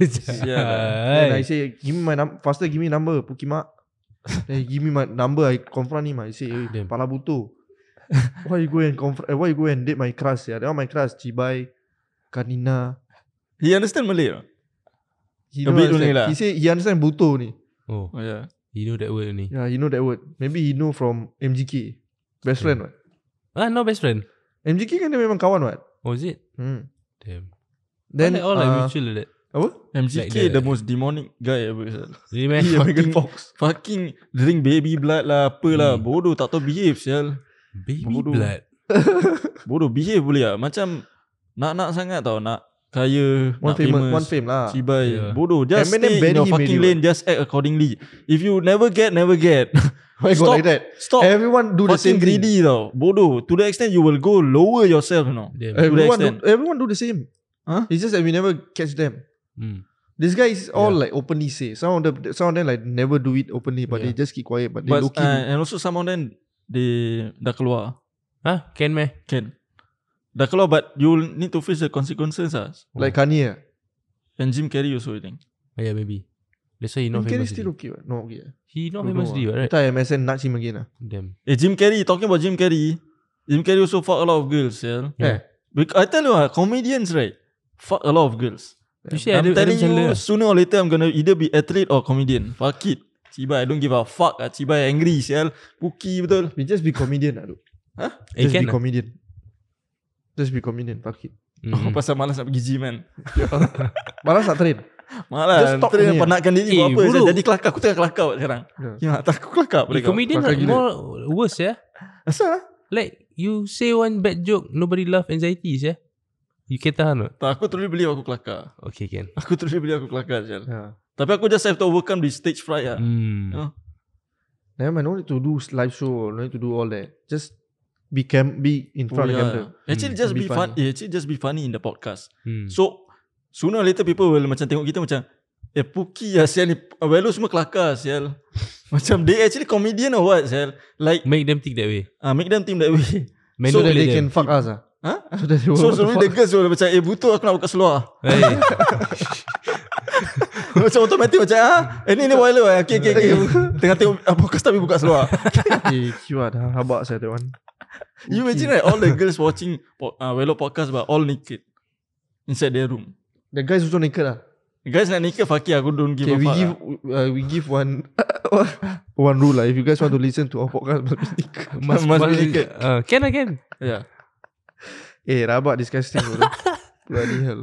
Then I
Sial
say give me my number. Faster give me number, Pookie mak. then he give me my number. I confront him. I say eh,
Damn.
pala buto. why you go and confront? Eh, why you go and date my crush? Yeah, that one my crush. Chibai, Kanina.
He understand Malay. or?
He
A
know
bit
understand.
only lah.
He say he understand buto ni.
Oh
Oh yeah.
You know that word ni
Yeah, he know that word. Maybe he know from MGK. Best friend what?
Ah no best friend
MGK kan dia memang kawan what?
Oh is it
Hmm.
Damn
Then
all
lah,
like
uh,
mutual like that
apa?
MGK
Like the-
the, most demonic guy ever. sial.
Really meh
Yeah,
Fucking-
Megan Fox. Fucking drink baby blood lah, apa lah.
Hmm.
Bodoh tak tahu behave sial.
Baby
Bodoh.
blood
Bodoh behave boleh lah. Macam nak-nak sangat tau nak kaya,
One
nak
fame,
famous.
one fame lah.
Cibai.
Yeah.
Bodoh. Just
Eminem
stay in
banned
your
him
fucking
already,
lane. Just act accordingly. If you never get, never get.
Why go
Stop.
like that?
Stop
Everyone do the same
fucking
thing.
greedy tau. Bodoh. To the extent you will go lower yourself you know.
Damn
Everyone do,
extent.
everyone do the same.
Huh?
It's just that we never catch them.
hmm.
These guys all like openly say. Some of the some of them like never do it openly, but they
Yeah.
just keep quiet. But they
But,
low key.
uh, and also some of them, they dah keluar.
Ah can meh
Can. Dah keluar but you will need to face the consequences lah.
like Kanye. ah.
And Jim Carrey also I think.
Oh, yeah, maybe. That's why he not
Jim Carrey
famous.
still
Still...
okay. what? No okay. eh.
He not
Don't
famous
know,
already,
ah.
what, right?
Later I MSN nudge him again. ah.
Damn.
Eh Jim Carrey, talking about Jim Carrey. Jim Carrey also fuck a lot of girls. Yeah.
Yeah.
Bec- I tell you ah, comedians right, fuck a lot of girls.
You see, Adam,
I'm telling you,
Adam Sandler.
sooner or later, I'm gonna either be athlete or comedian. Fuck it. Cibai, I don't give a fuck. Ah. Cibai angry, sial. Puki betul.
We just be comedian. lah, duk.
eh,
Just
can
be
ah.
comedian. Just be comedian. Fuck it.
Mm.
Mm.
Pasal malas nak pergi gym kan.
Malas nak train. Just
Malas.
stop
Terus
ni.
penatkan diri
Eh,
buat apa. sial.
buruk.
Jadi kelakar. Aku tengah kelakar buat sekarang.
Yeah.
Ya, tak aku kelakar
Eh,
boleh kau.
comedian
Kelakar
not
gila.
more worse, yeah.
Asal lah.
Like you say one bad joke, nobody laugh anxieties, yeah. You can tahan not?
Tak, aku terus beli aku kelakar.
Okay, can.
Aku terus beli aku kelakar sial.
Yeah.
Tapi aku just have to overcome the stage fright
Hmm,
lah.
Mm.
Yeah.
Never mind, no need to do live show, no need to do all that. Just be cam be in front of
Oh, yeah.
camera. Hmm,
Actually just
It'll be
be
Hmm.
fun. eh, Actually just be funny in the podcast.
Mm.
So sooner or later people will macam tengok kita macam eh puki lah sial ni. Abang semua kelakar sial. macam they actually comedian or what sial. Like
Make them think that way.
uh, make them think that way.
Man,
So that
don't let
they can
them.
fuck us ah.
Huh?
So that they will
So
what the
suddenly the
fuck?
girls will macam eh butuh aku nak buka seluar.
Hey,
macam automatic macam ah eh ni ni wilder eh. Okay okay okay. Tengah tengok apa kau tapi buka seluar.
Eh, kiwat dah habak saya eh, that one.
you imagine right all the girls watching po- uh, Welo podcast but all naked inside their room.
The guys also naked ah. lah.
Guys nak naked fakir aku don't give
Okay,
a
we
fuck.
give
lah.
uh, we give one one rule lah. If you guys want to listen to our podcast, must be naked.
must,
Must
must,
be naked.
Uh, can I can?
Yeah.
eh, rabak disgusting. bro. Bloody hell.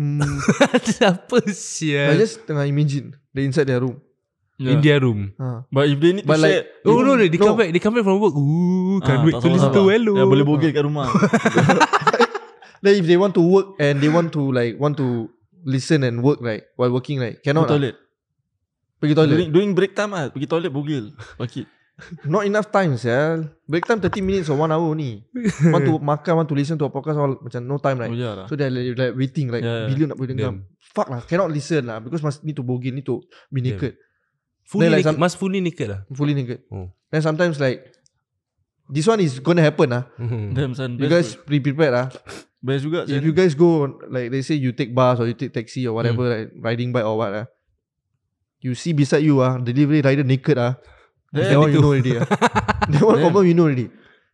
Hmm,
Apa
eh?
I
sial?
just tengah imagine they inside their room.
yeah.
India room.
Ha.
But if they need
But
to
like-
like,
Oh no, no, they come
No.
back. They come back from work. Ooh,
Ah,
can't wait
tak
to listen to
sabar-sabar.
hello.
Ya, boleh bogel kat rumah.
Then if they want to work and they want to like want to listen and work right while working right,
Pergi
cannot lah.
toilet.
Pergi toilet.
During, during break time ah, pergi toilet bogel. Fuck it.
Not enough time sia Break time 30 minutes or 1 hour only Want to makan Want to listen to a podcast all, Macam no time right
Oh yeah lah.
So they're like, like waiting like
Yeah, yeah.
Bila nak boleh dengar Fuck lah Cannot listen lah Because must need to bogey Need to be
Damn.
naked
Fully
Then like
naked.
some-
Must fully naked lah.
Fully naked
Oh.
Then sometimes like This one is gonna happen lah
Damn son.
You
Best,
guys be prepared lah
bro. best juga.
If
son.
you guys go on- Like they say you take bus Or you take taxi Or whatever like Riding bike or what lah You see beside you ah Delivery rider naked ah
Damn,
That one you
itu.
know already ah. That one
Damn.
confirm you know already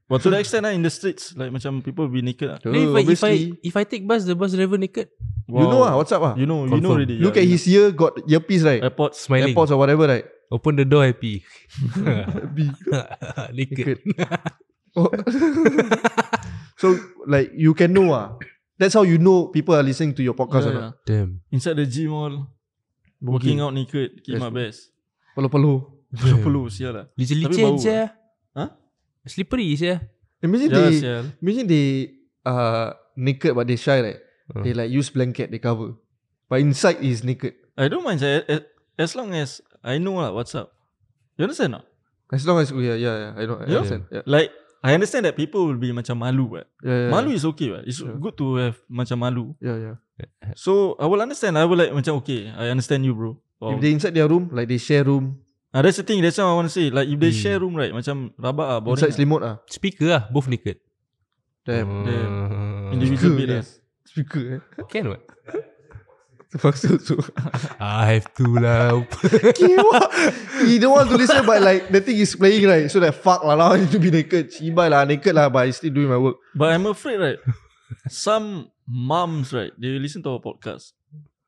But to the extent lah in the streets, like macam people be naked lah.
Then if, I, if I
Oh, obviously.
if I take bus, the bus driver naked.
You know ah, what's up ah?
You know, you know
Confirm.
already.
Look
yeah,
at
you
his ear got earpiece right?
know. airports.
Smiling.
AirPods or whatever right?
Open the door happy.
Naked.
naked.
Oh. so like you can know ah. That's how you know people are listening to your podcast or
Yeah, yeah.
not.
Damn.
Inside the gym all, working out naked,
Yes.
keep my best.
Pelu-pelu.
Perlu perlu sial lah. Tapi
Licin-licin
bau
je.
Huh?
eh. Slippery eh. je.
Imagine
Yeah,
they
sial.
imagine they uh naked but they shy right?
Uh.
They like use blanket they cover. But inside is naked.
I don't mind. Saya, as, as long as I know lah what's up. You understand not?
As long as yeah, yeah, yeah. I know. I
Yeah.
understand. Yeah.
Like I understand that people will be macam malu. Right?
Yeah, yeah,
Malu is okay. Right? It's
Yeah.
good to have macam malu.
Yeah, yeah.
So I will understand. I will like macam okay. I understand you, bro. Or-
If they inside their room, like they share room
Ah, that's the thing. That's what I want to say. Like if they share room, right? Macam rabak ah, boring.
Hmm. inside
ah. Uh-huh.
selimut ah.
Speaker lah, both naked.
Damn.
Uh,
Individual bed lah.
Speaker eh.
Can what?
Terpaksa so.
I have to lah.
he don't want to listen, but like the thing is playing right. So that fuck lah, lah I need to be naked. Cibai lah, naked lah, but I still doing my work.
But I'm afraid, right? some moms, right? They listen to our podcast.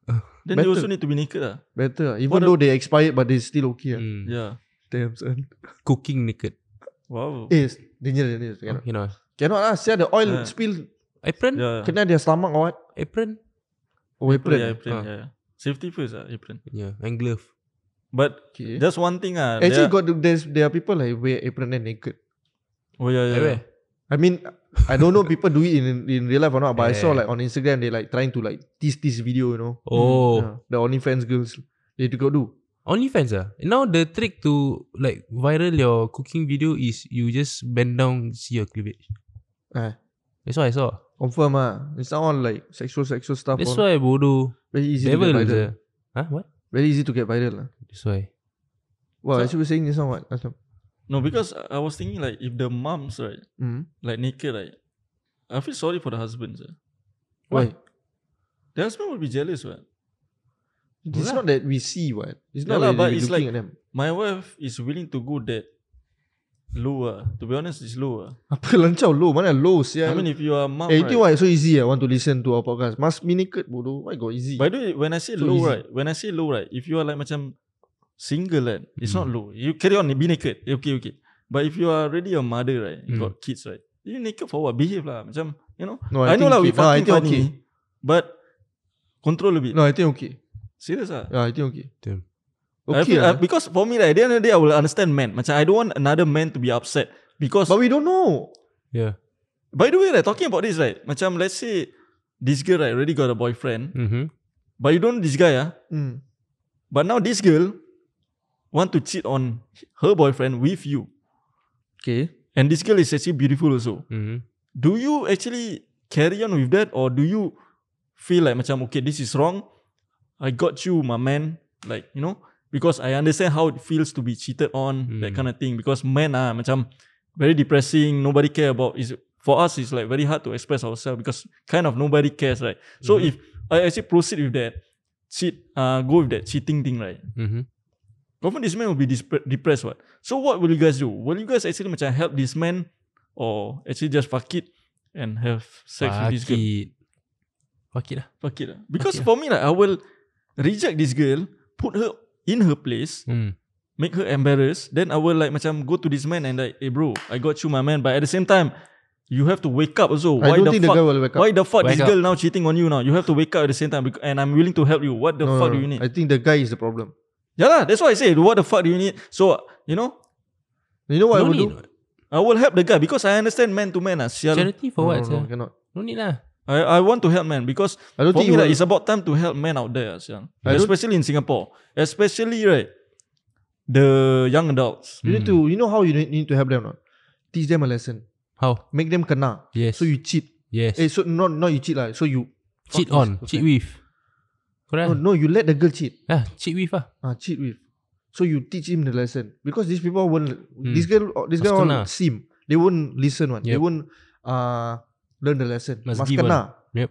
Then
Uh,
they
Better.
also need to be naked, ah.
Better. Lah. Even
What a-
though they expired, but they still okay. Lah.
Hmm.
Yeah.
Damn son.
Cooking naked.
Wow.
Eh, dangerous, dangerous. Cannot,
You know.
cannot lah. Sia, the oil
Yeah.
spill
Apron?
yeah.
kena dia stomach or what?
Apron?
Oh, apron.
Yeah, apron.
Ah.
Yeah. Safety first, ah, apron.
Yeah, and glove.
But
Okay.
that's one thing, ah.
Actually,
there-
got the, there's there are people like wear apron and naked. Eh,
Oh yeah, yeah.
At
yeah.
where?
I mean, I don't know people do it in in real life or not, but I saw
Yeah.
like on Instagram they like trying to like tease this video, you know.
Oh.
Yeah, the OnlyFans girls they got do.
OnlyFans ah. Now the trick to like viral your cooking video is you just bend down see your cleavage.
Eh.
That's what I saw.
Confirm ah. It's not all like sexual sexual stuff.
That's
all.
why bodoh.
Very easy
Devil
to get viral.
je. Huh? What?
Very easy to get viral lah.
That's why.
Well,
So-
actually we're saying this on what? Last time.
No, because I I was thinking like if the moms, right,
Mm.
like naked, right. I feel sorry for the husbands. ah.
Why?
The husband will be jealous, right?
It's not that we see what. It's
lah?
not
Yeah lah,
like
but
we're
it's
looking
like-
at them.
My wife is willing to go that lower. To be honest, it's lower.
Apa lancau low? Mana low sia?
I mean, if you are a mom,
eh,
right,
itu why so easy I want to listen to our podcast. Must be naked bodoh. Why got easy?
By the way, when I say
So
low,
easy.
right? When I say low, right? If you are like macam single, right? It's
Hmm.
not low. You carry on, be naked. Eh, Okay, okay. But if you are already a mother, right?
Hmm.
You
Mm.
got kids, right? You naked for what? Behave lah. Macam, you know.
no,
I, know
think
lah, we
okay. No, Oh, I
fucking
think
funny.
okay.
But control a bit.
No, I think okay.
Serious lah.
Yeah, I think okay.
Damn.
I
Okay.
feel-
lah.
I- because for me, right, at the end of the day, I will understand men. Macam I don't want another man to be upset. Because,
but we don't know.
Yeah.
by the way, right, talking about this, right? Macam, let's say, this girl, right, already got a boyfriend.
Hmm.
Mm-hmm.
But you don't know this guy, ah.
Mm.
But now this girl want to cheat on her boyfriend with you.
Okay.
And this girl is actually beautiful also.
Mm-hmm.
Do you actually carry on with that or do you feel like macam okay this is wrong? I got you my man. Like you know because I understand how it feels to be cheated on that
Mm.
kind of thing because men are macam very depressing nobody care about is for us it's like very hard to express ourselves because kind of nobody cares right. So if I actually proceed with that cheat uh, go with that cheating thing right
Mm-hmm.
Confirm this man will be disp- depressed what. So what will you guys do? Will you guys actually macam help this man or actually just fuck it and have sex with this girl?
it. Fuck it lah.
Fuck it lah. Because for me like, I will reject this girl, put her in her place,
Hmm.
Mm.
make her embarrassed. Then I will like macam go to this man and like, hey bro, I got you my man. But at the same time, you have to wake up also.
I
Why
don't
the
think
fuck?
the guy will wake up.
why the fuck
Wake
this
up.
girl now cheating on you now? You have to wake up at the same time, bec- and I'm willing to help you. What the
No, no,
fuck do you
no. I
need?
think the guy is the problem.
yeah lah, that's why I say. What the fuck do you need? So you know,
You know what I
no
would
need.
do?
I will help the guy because I understand man to man. Ah, sial.
Charity for
no,
what?
no, no,
No,
cannot.
no need lah.
I, I want to help man because
I don't
for
think
me
you
like,
will-
it's about time to help men out there. ah, Sial.
I don't-
Especially in Singapore. Especially right, the young adults.
You need
Hmm.
to you know how you need, need to help them or not? Teach them a lesson.
How?
Make them kena.
Yes.
So you cheat.
Yes.
Eh, so not not you cheat lah. So you
cheat
fuck
on.
this. Oh,
Cheat with. Correct.
No, no, you let the girl cheat.
Ah, cheat with ah.
Ah, cheat with. So you teach him the lesson because these people won't.
Hmm.
This girl, this
Must
girl
kena.
all sim. They won't listen one. They
Yep.
won't uh, learn the lesson.
Must
Must
give
kena.
Yep.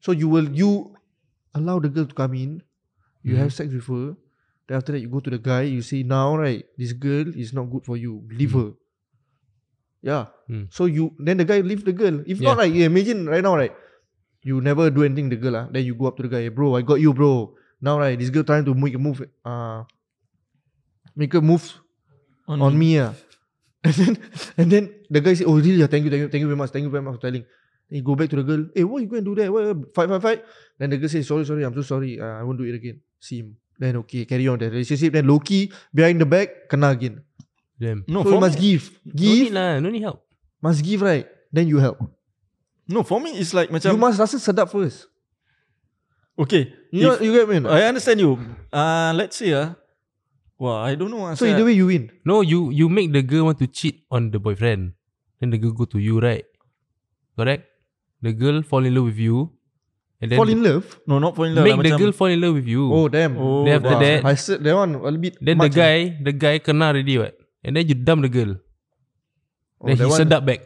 So you will you allow the girl to come in. You
Mhm.
have sex with her. Then
Mm-hmm.
after that, you go to the guy. You say now right, this girl is not good for you. Leave her. Yeah.
Hmm.
So you then the guy leave the girl. If not, right, you imagine right now, right? You never do anything to the girl, ah. Then you go up to the guy, bro, I got you, bro. Now, right, this girl trying to make a move, uh, make a move
On,
on me, ah. And then, and then the guy say, oh really? ah, Thank you, thank you, thank you very much, thank you very much for telling. Then you go back to the girl. Hey, why you go and do that? Why, why, fight, fight, fight. Then the girl say, sorry, sorry, I'm so sorry. Uh, I won't do it again. See him. Then okay, carry on the relationship. Then Loki behind the back, kena again.
Damn.
No,
So you
for
must
me,
give,
No need
give,
lah. No need help.
must give right. Then you help.
no, for me it's like
You
macam
must rasa sedap first.
okay.
You know,
if- Oh,
you get me? or not?
I understand you. Uh let's say ah. Wah, I don't know. ah,
So
sia.
either way you win.
No, you you make the girl want to cheat on the boyfriend. Then the girl go to you, right? Correct? The girl fall in love with you. And then
Fall in love.
no, not falling in love.
make
lah,
the
macam,
girl fall in love with you.
Oh damn.
Oh,
Then after
wow.
that-
I said that one a little bit.
then the
much, eh?
guy, the guy kena already what? And then you dump the girl.
ah. Oh, that
then he
one-
sedap back.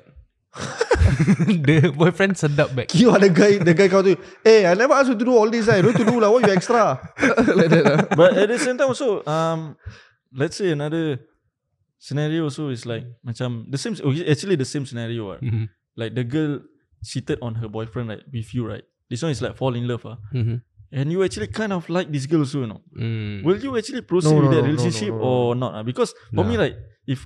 the boyfriend sedap back.
You are the guy. The guy come to you. Hey, I never asked you to do all this. I don't to do lah. What you extra? like that. ah.
but at the same time also um let's say another scenario also is like macam the same okay, actually the same scenario ah.
Mm-hmm.
Mhm.
like the girl cheated on her boyfriend right with you right this one is like fall in love ah.
Mhm.
and you actually kind of like this girl also you know
Mm.
will you actually proceed
No,
with
no, no,
that
no, no,
relationship
no, no.
or not ah? because for me
Nah.
like if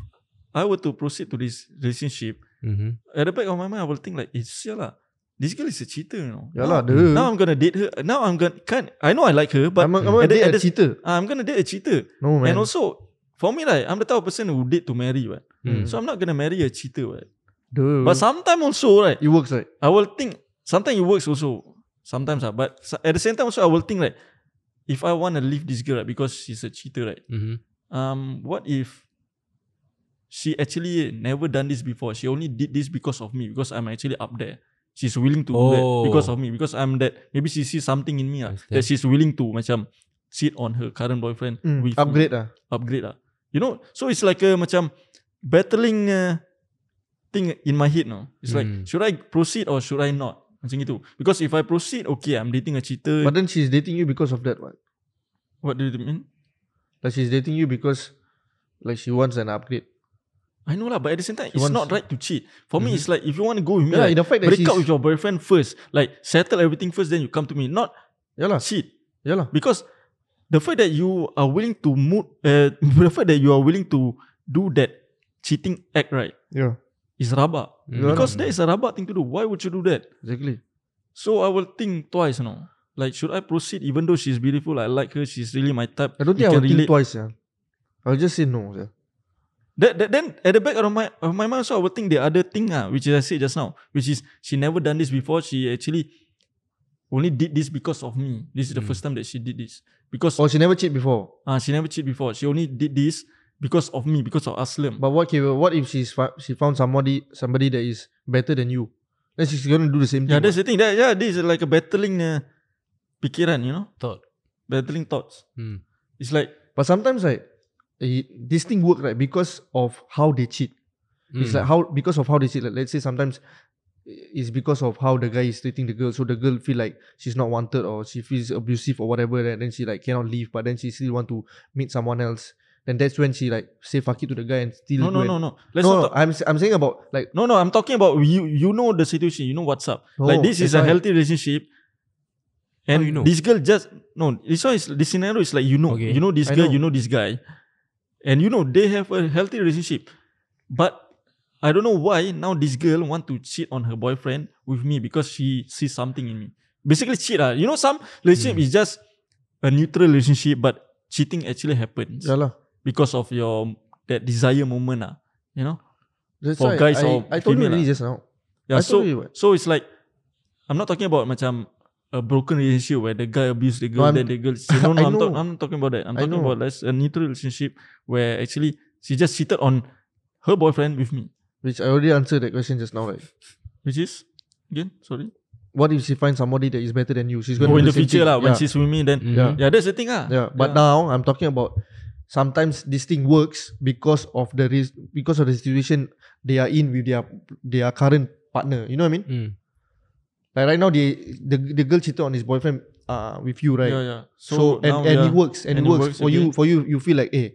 I were to proceed to this relationship
Mhm.
at the back of my mind I will think like it's yeah lah this girl is a cheater you know
Yeah
now,
lah. Duh.
now I'm gonna date her now I'm gonna can't I know I like her but
I'm, a, I'm a,
at the-
date
at
a
the-
cheater.
I'm gonna date a cheater
No man.
And also, for me, like, I'm the type of person who date to marry, right?
Mm.
So I'm not gonna marry a cheater, right?
Duh.
But sometimes also, right,
it works right.
I will think, sometimes it works also. Sometimes, ah, but so- at the same time, also, I will think, like, if I wanna leave this girl, right, because she's a cheater, right?
Mhm.
Um, what if she actually never done this before? She only did this because of me, because I'm actually up there. She's willing to do that
Oh.
because of me, because I'm that. Maybe she sees something in me ah,
Understand.
that she's willing to, macam, sit on her current boyfriend
Mm.
with me
Upgrade ah.
upgrade lah. You know, so it's like a macam battling uh, thing in my head now. It's like
Hmm.
should I proceed or should I not? Macam itu. Because if I proceed, okay, I'm dating a cheater.
But then she's dating you because of that one.
what do you mean?
Like she's dating you because like she wants an upgrade.
I know lah, but at the same time,
She
it's
wants- Mm-hmm.
not right to cheat. For me, it's like if you want to go with me,
Yeah,
like,
the fact that
break
she's-
up with your boyfriend first, like settle everything first, then you come to me. Not
Yeah lah.
cheat
Yeah lah.
because the fact that you are willing to move, uh, the fact that you are willing to do that cheating act, right,
Yeah.
is rabak.
Yeah lah.
Because that is a rabak thing to do. Why would you do that?
Exactly.
So I will think twice, you know. Like, should I proceed even though she's beautiful? I like her. She's really my type.
I don't think I
you
will
can
think
relate.
twice. Yeah. I'll just say no. Yeah.
That, that, then at the back of my of my mind, so I will think the other thing, ah, which I said just now, which is she never done this before. She actually only did this because of me. This
Hmm.
is the first time that she did this because
Or she never cheat before.
ah she never cheated before. She only did this because of me, because of Aslam.
But what if what if she's fi- she found somebody somebody that is better than you? Then she's gonna do the same
yeah,
thing.
that's the thing. That, yeah, this is like a battling uh, pikiran, you know,
Thought.
battling thoughts.
Mm.
It's like
what? But sometimes like eh, this thing work right because of how they cheat. It's
Mm.
Hmm.
like how because of how they cheat. Like, let's say sometimes it's because of how the guy is treating the girl. So the girl feel like she's not wanted or she feels abusive or whatever, and then she like cannot leave. But then she still want to meet someone else. Then that's when she like say fuck it to the guy and still
no,
go
no,
and-
no, no. Let's
No,
not
no,
talk-
I'm s- I'm saying about like
No, no, I'm talking about you. You know the situation. You know what's up.
No,
like this is
Oh, that's
a
why-
healthy relationship, and
you know?
this girl just no. This one is this scenario is like you know,
Okay.
you know this
I
girl,
know.
you know this guy, and you know they have a healthy relationship, but I don't know why now this girl want to cheat on her boyfriend with me because she sees something in me. Basically, cheat. Ah, you know, some
Hmm.
relationship is just a neutral relationship, but cheating actually happens
yeah lah.
because of your that desire moment. Ah, you know.
That's
For
why
guys
I,
or
I told you
female
already
lah.
just now. I
Yeah, so
told you what.
so it's like I'm not talking about macam a broken relationship where the guy abused the
No,
girl,
I'm-
then the girl. She, no, no,
I
I'm, talk,
know.
I'm not talking about that. I'm
I know.
talking about like a neutral relationship where actually she just cheated on her boyfriend with me,
Which I already answered that question just now, right?
which is again sorry.
What if she finds somebody that is better than you? She's gonna
Oh,
do
in the
same
future
thing.
lah, when
yeah.
she's with me, then
Mhm.
Yeah.
yeah, that's the thing ah.
yeah. But now I'm talking about sometimes this thing works because of the res- because of the situation they are in with their their current partner. You know what I mean?
Mm.
Like right now they the, the girl cheated on his boyfriend uh with you, right?
yeah, yeah.
So, and,
now,
and
yeah.
it works and, it works, for
again.
eh, you for you you feel like hey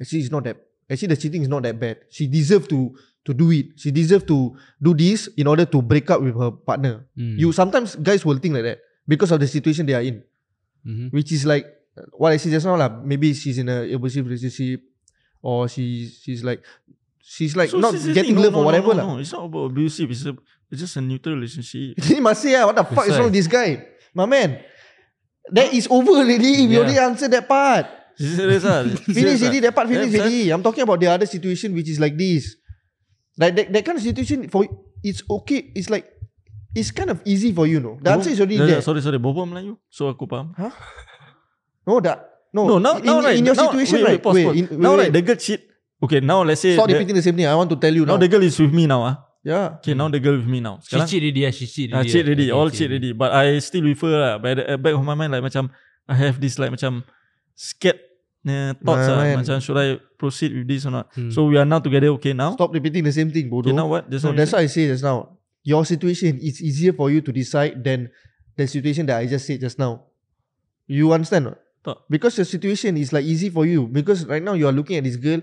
actually it's not that actually the cheating is not that bad. She deserved to to do it. She deserve to do this in order to break up with her partner.
Mm.
You sometimes guys will think like that because of the situation they are in,
Mhm.
which is like uh, what I said just now lah. Maybe she's in a abusive relationship, or she she's like she's like
So
not
this is the
getting
thing,
love
no,
or
no,
whatever
no,
lah.
no, It's not about abusive. It's, a, it's just a neutral relationship.
He must say ah, what the fuck is
That's
wrong with
why.
this guy, my man. That is over already. We
Yeah.
already answered that part.
Serious lah.
Finish
Serious ah. lah.
already That part finish
Then-
already I'm talking about the other situation Which is like this Like that, that kind of situation For It's okay It's like It's kind of easy for you know The answer is already there
Yeah, yeah, Sorry, sorry. Bobo Melayu. So aku faham.
No that No
No,
Oh,
now,
in,
now
in,
right.
in your
now,
situation
wait,
right
Wait, pause,
wait,
pause.
in, wait,
now
wait.
right, the girl cheat. Okay, now let's say.
Stop
the-
repeating the same thing I want to tell you
now
now,
the girl is with me now. Ah,
Yeah
okay, now the girl with me now.
She cheat already ah, She cheat
Ah,
already
cheat
ah.
already.
Okay,
All cheat already. But I still with her lah. But at the at back of my mind, like macam I have this like macam scared uh, thoughts
My
ah.
man.
Macam should I proceed with this or not?
Hmm.
So we are now together. Okay, now.
Stop repeating the same thing bodoh
Okay, now what? Just
No
now you
that's
said-
what I say just now Your situation It's easier for you to decide Than the situation That I just said just now You understand or not?
Tak.
Because your situation is like easy for you because right now you are looking at this girl,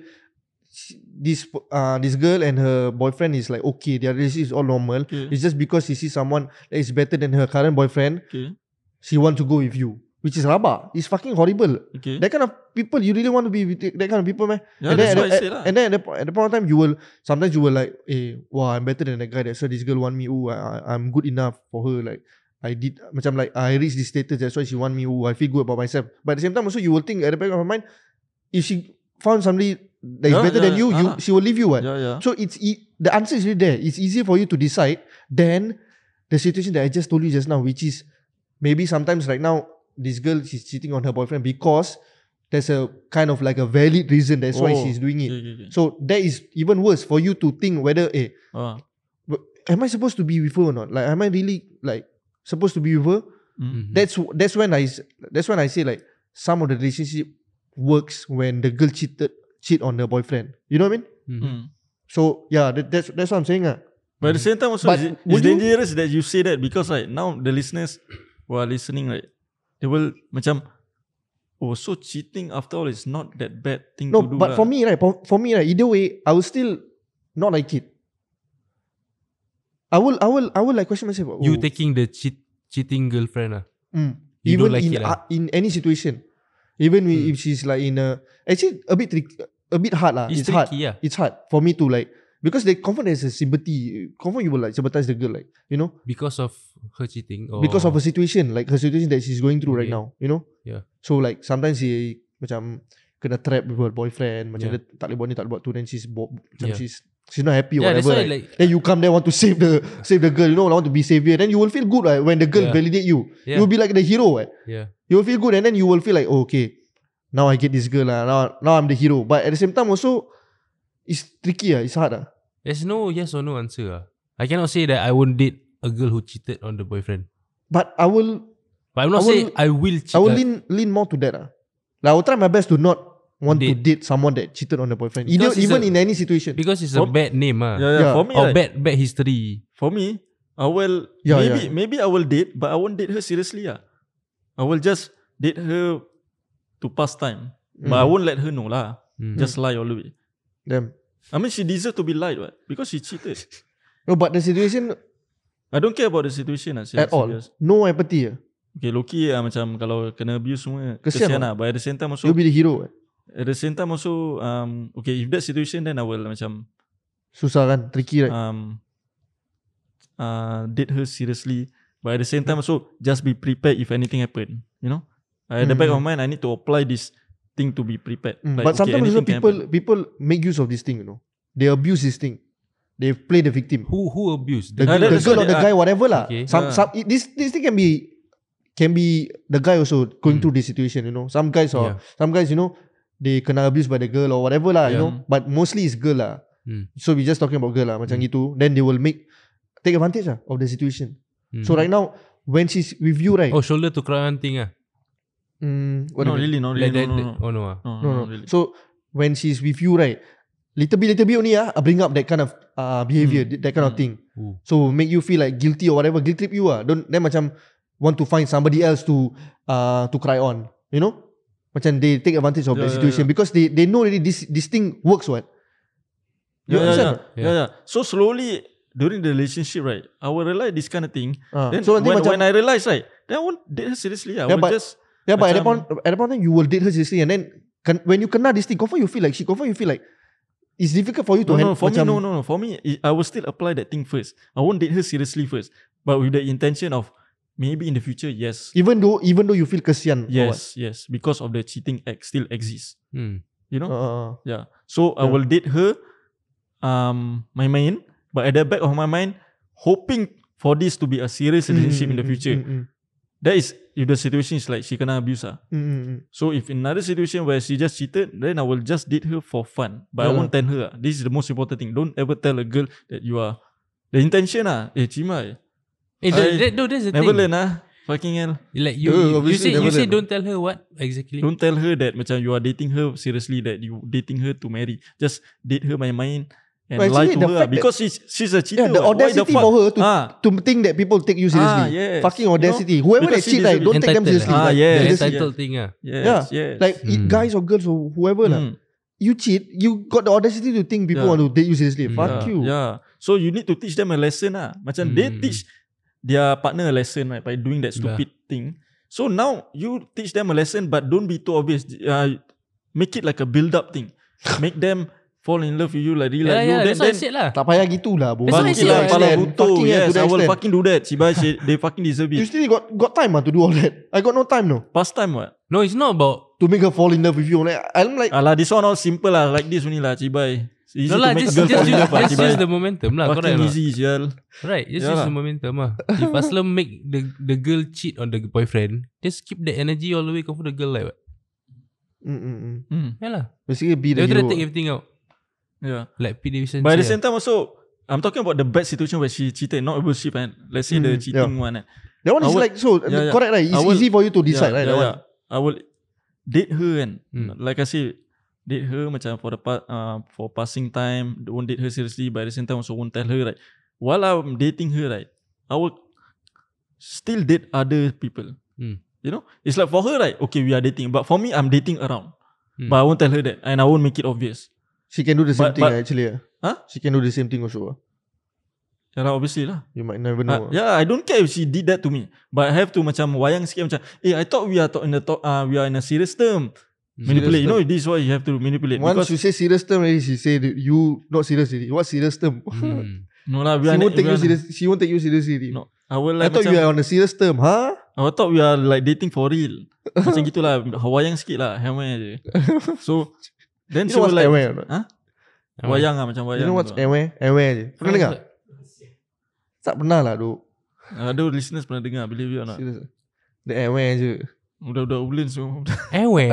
she- this uh this girl and her boyfriend is like okay, their relationship is all normal.
Okay.
It's just because she sees someone that is better than her current boyfriend,
Okay.
she wants to go with you, which is rubber. It's fucking horrible.
Okay.
That kind of people you really want to be with that kind of people, man.
Yeah,
and,
that's
then,
what I
at,
said
the-
lah.
and then at the, po- at the point of time you will sometimes you will like, hey, wow, I'm better than that guy. That's why this girl want me. Oh, I, I- I'm good enough for her. Like I did, macam like I reached this status. That's why she want me. Oh, I feel good about myself. But at the same time also you will think at the back of her mind, if she found somebody that is
Yeah,
better
yeah,
than you,
yeah,
you
ah.
she will leave you. What?
Yeah, yeah.
So it's e- the answer is really there. It's easier for you to decide than the situation that I just told you just now, which is maybe sometimes right now this girl she's cheating on her boyfriend because there's a kind of like a valid reason. That's why
Oh,
she's doing it.
Okay, okay, okay.
So that is even worse for you to think whether eh,
Ah,
am I supposed to be with her or not? Like am I really like supposed to be with her?
Mm-hmm.
mm.
That's that's when I s- that's when I say like some of the relationship works when the girl cheated cheat on her boyfriend. You know what I mean?
Mm.
So yeah, that, that's that's what I'm saying. Ah.
But at the same time, also,
But
it's, it's
would you-
dangerous that you say that because right now the listeners who are listening, right, they will macam, oh, so cheating after all is not that bad thing
No,
to do.
but
lah.
for me, right? For, for me, right? Either way, I will still not like it. I will, I will, I will like question myself. Oh,
You taking the cheat cheating girlfriend ah.
mm,
you
even
don't like
in
it ah? lah.
uh, in any situation, even when
Mm.
if she's like in a actually a bit trick, a bit hard lah. ah,
It's
It's, hard.
tricky, ah, yeah.
It's hard for me to like because they confirm there's a sympathy. Confirm you will like sympathize the girl, like you know,
because of her cheating or
because of her situation, like her situation that she's going through right
Oh. Okay.
now. You know.
Yeah.
So like sometimes she macam kena trap with her boyfriend, macam
Yeah.
dia tak boleh buat ni tak boleh buat tu, then she's bo- macam
Yeah.
she's she's not happy or
yeah, that's
whatever.
why
right?
like
Then you come there want to save the save the girl, you know, want to be savior. Then you will feel good right, when the girl
Yeah.
validate you.
Yeah.
You'll be like the hero. Right?
yeah
You will feel good, and then you will feel like oh, okay, now I get this girl. lah. Now now I'm the hero. But at the same time also, it's tricky. ah, It's hard. ah.
there's no yes or no answer ah. I cannot say that I won't date a girl who cheated on the boyfriend
But I will
but I'm
I
not
will-
saying I will
I
cheat
will
ah.
lean lean more to that. ah. Like I will try my best to not want to date
Date.
someone that cheated on the boyfriend. Either,
Because it's
even
a-
in any situation.
because it's
Oh.
a bad name ah.
yeah, yeah,
Yeah.
for me,
or
right,
bad bad history
for me, I will
Yeah,
maybe
yeah.
maybe I will date, but I won't date her seriously. Ah, I will just date her to pass time, but I
Mm.
won't let her know lah.
Mm.
Just lie all the way.
Damn.
I mean, she deserves to be lied, right? Because she cheated.
No, but the situation
I don't care about the situation. Ah,
at all.
serious.
No empathy. ah.
Okay, Loki lah macam kalau kena abuse semua
Kesian
kesian,
lah.
lah. But at the same time also
You'll be the hero. ah.
at the same time also um okay if that situation then I will macam
Susah kan, tricky right.
um uh date her seriously. But at the same time also just be prepared if anything happen. You know, uh, at the back of my mind I need to apply this thing to be prepared.
Mm,
Like,
Hmm. but
okay,
sometimes also
anything can
people people make use of this thing, you know. They abuse this thing. They play the victim.
who who abused
The,
Ah,
the
that's
girl or
what
the
they
guy, whatever lah.
Okay.
Some,
Ah.
some, it, this this thing can be can be the guy also going
Hmm.
Mm.
through this situation, you know. Some guys or
Yeah.
some guys, you know, they kena abused by the girl or whatever lah, you
Yeah. Hmm.
know. But mostly it's girl lah.
Mm.
So we just talking about girl lah, macam gitu. Then they will make take advantage lah of the situation.
Mm.
Hmm.
So right now, when she's with you, right?
oh shoulder to cry on thing ah
Mm, what do you
happen. no
mean?
really no really
like
no
that,
no no
that- oh no ah
no,
No,
no,
no.
really.
So when she's with you, right? Little bit, little bit only ah, bring up that kind of uh, behavior,
Hmm.
that kind of
Hmm.
thing.
Ooh.
So make you feel like guilty or whatever, guilt trip you ah. Don't then macam want to find somebody else to uh, to cry on. You know, macam they take advantage of
Yeah,
the
yeah,
situation because they they know already this this thing works what. You
yeah, yeah,
understand?
yeah, yeah, yeah. So slowly during the relationship, right, I will realize this kind of thing.
Ah,
Then
so nanti
when,
macam
when I realize, right, then I won't date her seriously. I
Yeah,
will
but-
just
Yeah, but at that point,
Macam-
at that point, of time, you will date her seriously, and then can, when you kena this thing, confirm you feel like she, confirm you feel like it's difficult for you to
no, no,
handle.
for me,
macam,
no, no, no. For me, i- I will still apply that thing first. I won't date her seriously first, but with the intention of maybe in the future, yes,
Even though, even though you feel kesian. or
yes, yes, because of the cheating act still exists.
Hmm.
You know,
what. Uh,
yeah. So I
yeah.
will date her, um, my mind, but at the back of my mind, hoping for this to be a serious
Mm-hmm.
relationship in the future.
Mm, mm,
That is if the situation is like she kena abuse ah.
mm, mm, mm.
So if in another situation where she just cheated, then I will just date her for fun. But I
Yeah lah.
won't tell her. ah. This is the most important thing. Don't ever tell a girl that you are the intention ah. Eh, cima. eh. I
Eh, that, that, no, that's the
Never
thing.
learn ah. Fucking hell.
Like you,
Yeah,
you, you
obviously
say, you
never
say
learn.
don't tell her what exactly.
Don't tell her that macam you are dating her seriously. That you dating her to marry. Just date her by mind and
But
lie
actually
to
the
her ah.
fact that-
because she's she's a cheater.
Yeah, the
what. Why
audacity
fuck-
for her to
ah.
to think that people take you seriously.
Ah, yes.
Fucking
You know,
audacity. Whoever that
because
cheat,
it is
like,
a-
don't take them
Entitled,
seriously.
ah,
like,
yes,
The
seriously.
entitled thing ah.
Yes,
Yeah,
yes.
Like it-
Hmm.
guys or girls or whoever lah.
Mm.
You cheat, you got the audacity to think people
Yeah.
want to date you seriously.
Hmm.
Fuck
yeah,
you.
Yeah. Ah, ya. So you need to teach them a lesson lah. Macam they
Hmm.
teach their partner a lesson right by doing that stupid thing. So now you teach them a lesson, but don't be too obvious. Uh, make it like a build up thing. make them fall in love with you like really
Yeah,
like
yeah,
you.
that's what I said lah.
Tak payah gitulah. bro.
That's what I
Fucking
said,
lah,
right?
kepala
Extend.
butuh.
Fucking yeah,
Yes,
to that
I will
extent.
fucking do that. Cibai, she- they fucking deserve
You
it.
still got got time ah to do all that. I got no time no
Past time what?
No, it's not about
to make her fall in love with you. Like I'm like
Alah, this one all simple lah. Like this only lah, Cibai. It's Easy
No
to
lah,
make
just,
a girl
just,
fall in
use,
love lah,
just
Cibai.
use the momentum lah. Correct
Fucking
lah.
easy, Jal.
Right, just
Yeah
use
lah.
the momentum lah. If Aslam make the the girl cheat on the boyfriend, just keep the energy all the way come for the girl like what?
mm, mm, mm.
Hmm,
Yeah lah.
basically be the
They try to
hero.
take everything out.
yeah.
Like P. Davidson.
But at the
say
same time also I'm talking about the bad situation where she cheated, not abuse ship and let's say the
Mm,
cheating one. eh.
That one
I
is
would-
like so
yeah, yeah.
correct right.
I
It's
would-
easy for you to decide
yeah,
right.
yeah,
that
yeah. I will date her and
Mm.
like I say, date her macam for the pa- uh, for passing time, won't date her seriously, but at the same time also won't tell her right. While I'm dating her, right, I will still date other people.
Mm.
You know? It's like for her, right, okay, we are dating. But for me, I'm dating around.
Mm.
But I won't tell her that and I won't make it obvious.
She can do the same
But-
thing
but-
ah, actually. ah.
Huh?
She can do the same thing also. ah.
Yeah, lah, obviously lah.
You might never
No.
know. ah.
yeah, I don't care if she did that to me, but I have to macam wayang sikit macam, eh, I thought we are to- in the to- uh, we are in a serious term. Manipulate, you know, this is why you have to manipulate.
Once
because
you say serious term, already she say that you not serious. Already. What serious term?
Hmm.
no lah, we
she
are
won't
ne-
take you
we are-
serious. She won't take you seriously. already.
No, I will
I
like
thought
macam,
you were on a serious term, huh?
I thought we are like dating for real. macam gitulah, wayang sikit lah, hamai je. So
You
then she
know what's
will like,
aware or not?
huh?
Aware.
wayang lah macam
You
wayang.
know what's
tu lah.
aware? Aware je. Pernah dengar? Tak pernah lah, duk.
Ada listeners pernah dengar, believe it or not.
Serious. The aware je.
Budak-budak ulin semua,
Ewe.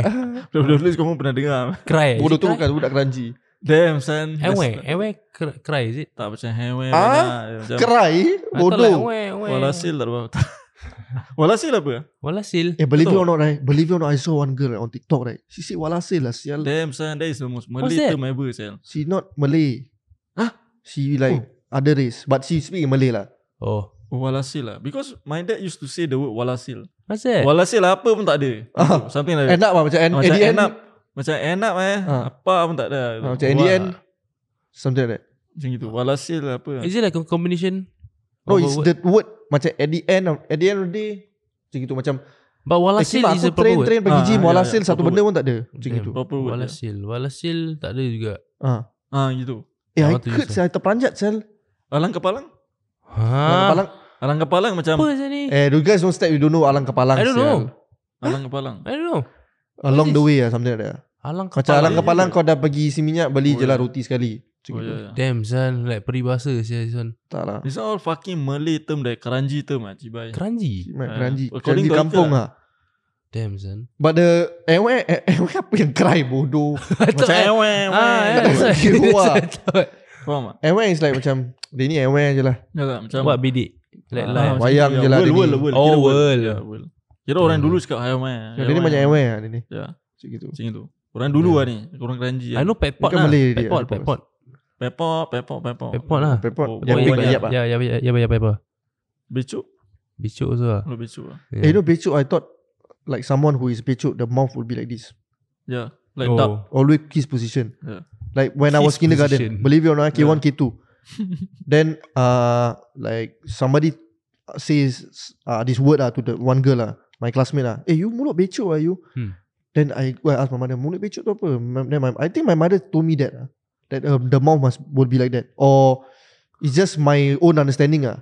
budak-budak ulin semua pernah dengar.
Eh, Cry. Eh,
Bodoh tu
Is it
bukan budak keranji.
Damn son.
cry? Ewe. Ewe cr- cry is it?
Tak macam hamai.
Ah?
lah. Macam,
Kerai?
I thought like, eh,
Bodoh.
ewe, ewe.
Walhasil tak ada apa-apa. Walhasil apa?
Walasil.
Eh, believe it
Betul.
or not, right? Believe it or not, I saw one girl right, on TikTok, right? She said, walasil lah, sial.
Damn son, that is the most
What's
Malay
that?
term ever sel.
She not Malay.
Huh?
She like other race. But she speak in Malay lah.
Oh.
Walhasil lah. Because my dad used to say the word walhasil.
What's that?
Walhasil lah apa pun tak ada.
Eh. Ah.
Something like that.
End up lah, macam end,
Ah,
at
macam
the end,
end up. Macam end up eh.
Ah.
Apa pun tak ada.
ah, macam at the
Wah.
end, something like that.
Macam gitu. Walhasil lah apa.
Is it like a combination?
No,
of a
it's
word?
the word. Macam at the end of, at the end of the day, macam gitu. Macam,
But
eh,
walasil
Kim,
is a
aku
proper
train,
word.
train pergi
Ah,
gym.
ya, ya,
Walasil, satu
proper
benda pun tak ada. Macam
Damn,
gitu.
Proper word. dia.
Walasil. Walasil tak ada juga.
Ah.
Ah gitu.
Eh,
I
I
want to use
could
that.
saya terperanjat sel.
Alang kepalang?
Alang
Ha.
kepalang.
Alang kepalang macam.
Apa sel ni?
Eh, you guys don't step, you don't know alang kepalang.
I don't
sial.
know.
Alang kepalang.
Eh,
I don't know.
Along
What
the way lah, something like that.
Alang
Macam
kepala.
alang kepalang kau dah pergi isi minyak, beli
Oh,
je lah
yeah.
roti sekali. Macam
Oh,
gitu.
yeah, yeah.
Damn son Like peribahasa sia this one
Tak lah.
These are all fucking Malay term that Keranji term lah. Cibai.
Keranji
Mat
Ah,
keranji. Keranji
according to
kampung
Uncle
lah.
Damn son
But the ewe, eh, ewe apa yang cry bodoh.
Macam ewe.
Eh,
Ah yeah, that's
Macam
what-
you are.
that's what I thought.
Faham tak?
Ewe is eh, like macam, dia ni ewe je lah.
Ya tak? Macam.
What bidik Like
Ah,
live
macam
wayang
tu,
je
ya.
lah
World,
dia
world,
ni.
world.
Oh,
Kira
world.
Ya, world. Kira orang
Hmm.
dulu cakap ayam eh.
Dia ni banyak ewe lah dia ni.
Ya,
Macam gitu.
macam itu. Orang dulu lah ni. Orang keranji.
Ya. I know petpot
Bukan
lah
Malay dia,
Petpot
Pepot.
Petpot
Pepok, pepok, pepok.
Petpot lah
Oh,
Pepot. Yang
yang big
big
banyak.
yap lah.
Ya ya ya ya ya ya
Becuk.
Bicuk also lah
Lu becuk lah.
Eh, you
Yeah.
know becuk, I thought like someone who is becuk, the mouth will be like this.
Ya. Like
Oh.
duck.
Always kiss position.
Yeah.
Like when I
His
was kindergarten,
position.
believe it or not, K1, K2. then uh like somebody says uh, this word uh, to the one girl uh, my classmate uh, hey you mulut becok are you?
Hmm.
Then I go and ask my mother, mulut becok tu apa? Ma- Then my, I think my mother told me that uh, that uh, the mouth must will be like that or it's just my own understanding ah.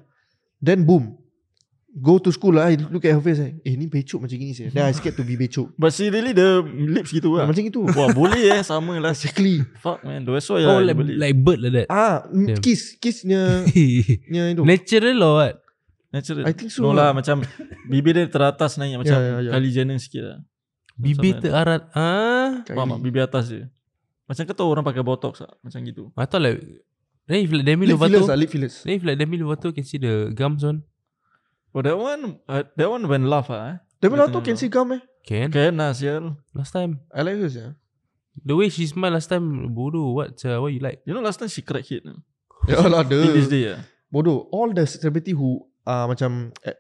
Then boom, go to school lah. I look at her face like, eh ni becok macam gini sih. Then I scared to be becok.
But she really the lips gitu lah.
Macam gitu.
Wah boleh eh sama lah.
Exactly.
Fuck man. That's why
Oh,
I lah
like,
beli.
like bird like that.
Ah, yeah.
Yeah.
kiss, kissnya, nya itu.
Natural or what?
Natural.
I think so
No
lah.
lah macam bibir dia teratas naik macam
Ya, ya, ya.
Kylie Jenner sikit lah.
Bibir
Sama-
terarat. Ah,
Kali.
Faham tak? Bibir atas je. Macam kau tahu orang pakai botox lah. Macam gitu.
I thought like then if like Demi
Lip fillers lah,
Lovato,
lip fillers.
then if like Demi Lovato can see the gums on.
But that one, uh, that one when laugh ah. Eh.
Demi
Dia
Lovato
tengah
can
laugh.
see gum eh.
Can
Can lah sial.
last time
I like her sia.
the way she smile last time bodoh. What uh, what you like?
You know last time she crack hit. Uh.
Ya lah
Till this
the
day ah.
bodoh. All the celebrity who uh, macam eh,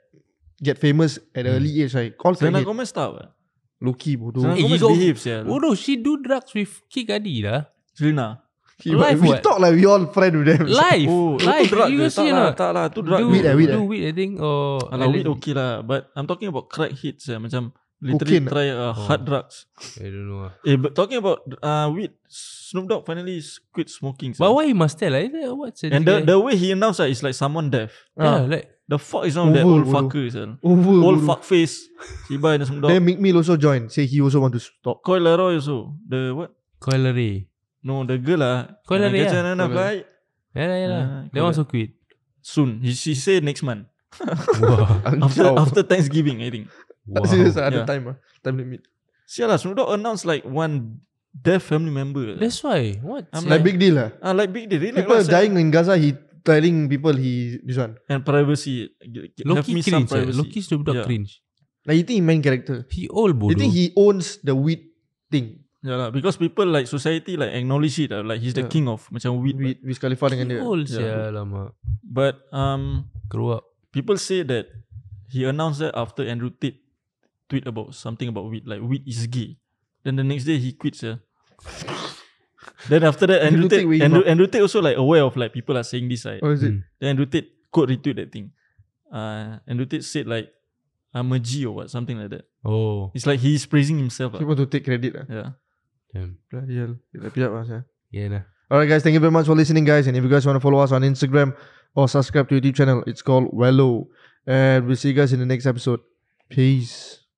get famous at hmm.
Hmm.
early age right. All
Selena
credit.
Gomez tak apa?
Loki bodoh.
Selena
Eh, you
Gomez
got-
behave sial.
Bodoh she do drugs with Kid Cudi lah.
Selena.
He-
live
we
what?
talk like we all friend with them.
Life,
Oh,
life.
itu drug
You
ke?
guys
tak
see or
lah,
not?
tak lah, tu drug.
Do
Weed eh, weed eh.
do weed I think or
Alah, weed okay lah. But I'm talking about crack hits eh. Macam literally
Cocaine.
try uh, hard drugs.
I don't know. ah.
Eh, but talking about uh, weed, Snoop Dogg finally quit smoking. sia.
But why you must tell? Like, what's
And the, the way he announced that is like someone deaf.
Ah.
yeah, like
The ah. fuck is wrong with that
Over,
old
bodoh.
fucker sia.
Over
Old
bodoh.
fuck face. Sibai dan Snoop
Then
Dogg.
Mick Mill also join. Say he also want to stop.
Koi Leroy also. The what?
Coilery.
No, the girl lah.
Koi Leroy,
Gajah
yeah.
Nana
Koi
Black.
Yeah, yeah, yeah.
Ah,
that
correct.
one also quit.
Soon. He, she say next month.
wow.
After,
Wow.
after Thanksgiving, I think.
wow.
Serious ah, ada
Yeah.
time ah. Time limit.
Sia lah, Snoop Dogg announced like one deaf family member.
That's why. What?
I'm
sia?
Like big deal lah.
ah, like big deal. Relax
People
lah, sia.
dying in Gaza, he telling people he this one.
And privacy. G- g- Have
Loki
me some
cringe. eh.
privacy.
Loki Snoop Dogg
Yeah.
cringe.
Like you think he main character.
He old bodoh.
You think he owns the weed thing?
Yeah lah, because people like society like acknowledge it lah. Like he's the
Yeah.
king of macam weed.
With Wiz Khalifa dengan
He
dia.
old
Yeah.
sia lama.
But um,
Grow up.
people say that he announced that after Andrew Tate tweet about something about weed, like weed is gay. Then the next day he quits. Yeah. then after that Andrew
Andrew Tate Oh.
Tate,
wake him
Andrew,
up.
Andrew Tate also like aware of like people are saying this. Right?
Or is it?
Hmm.
Then Andrew Tate quote retweet that thing. Uh, Andrew Tate said like I'm a G or what something like that.
Oh.
It's like he's praising himself.
He
lah.
want to take credit ah. lah.
Yeah.
Damn.
Bloody hell. Kita piap lah saya.
Yeah nah.
ah, Alright guys, thank you very much for listening guys. And if you guys want to follow us on Instagram or subscribe to YouTube channel, it's called Wello. And we'll see you guys in the next episode. Peace.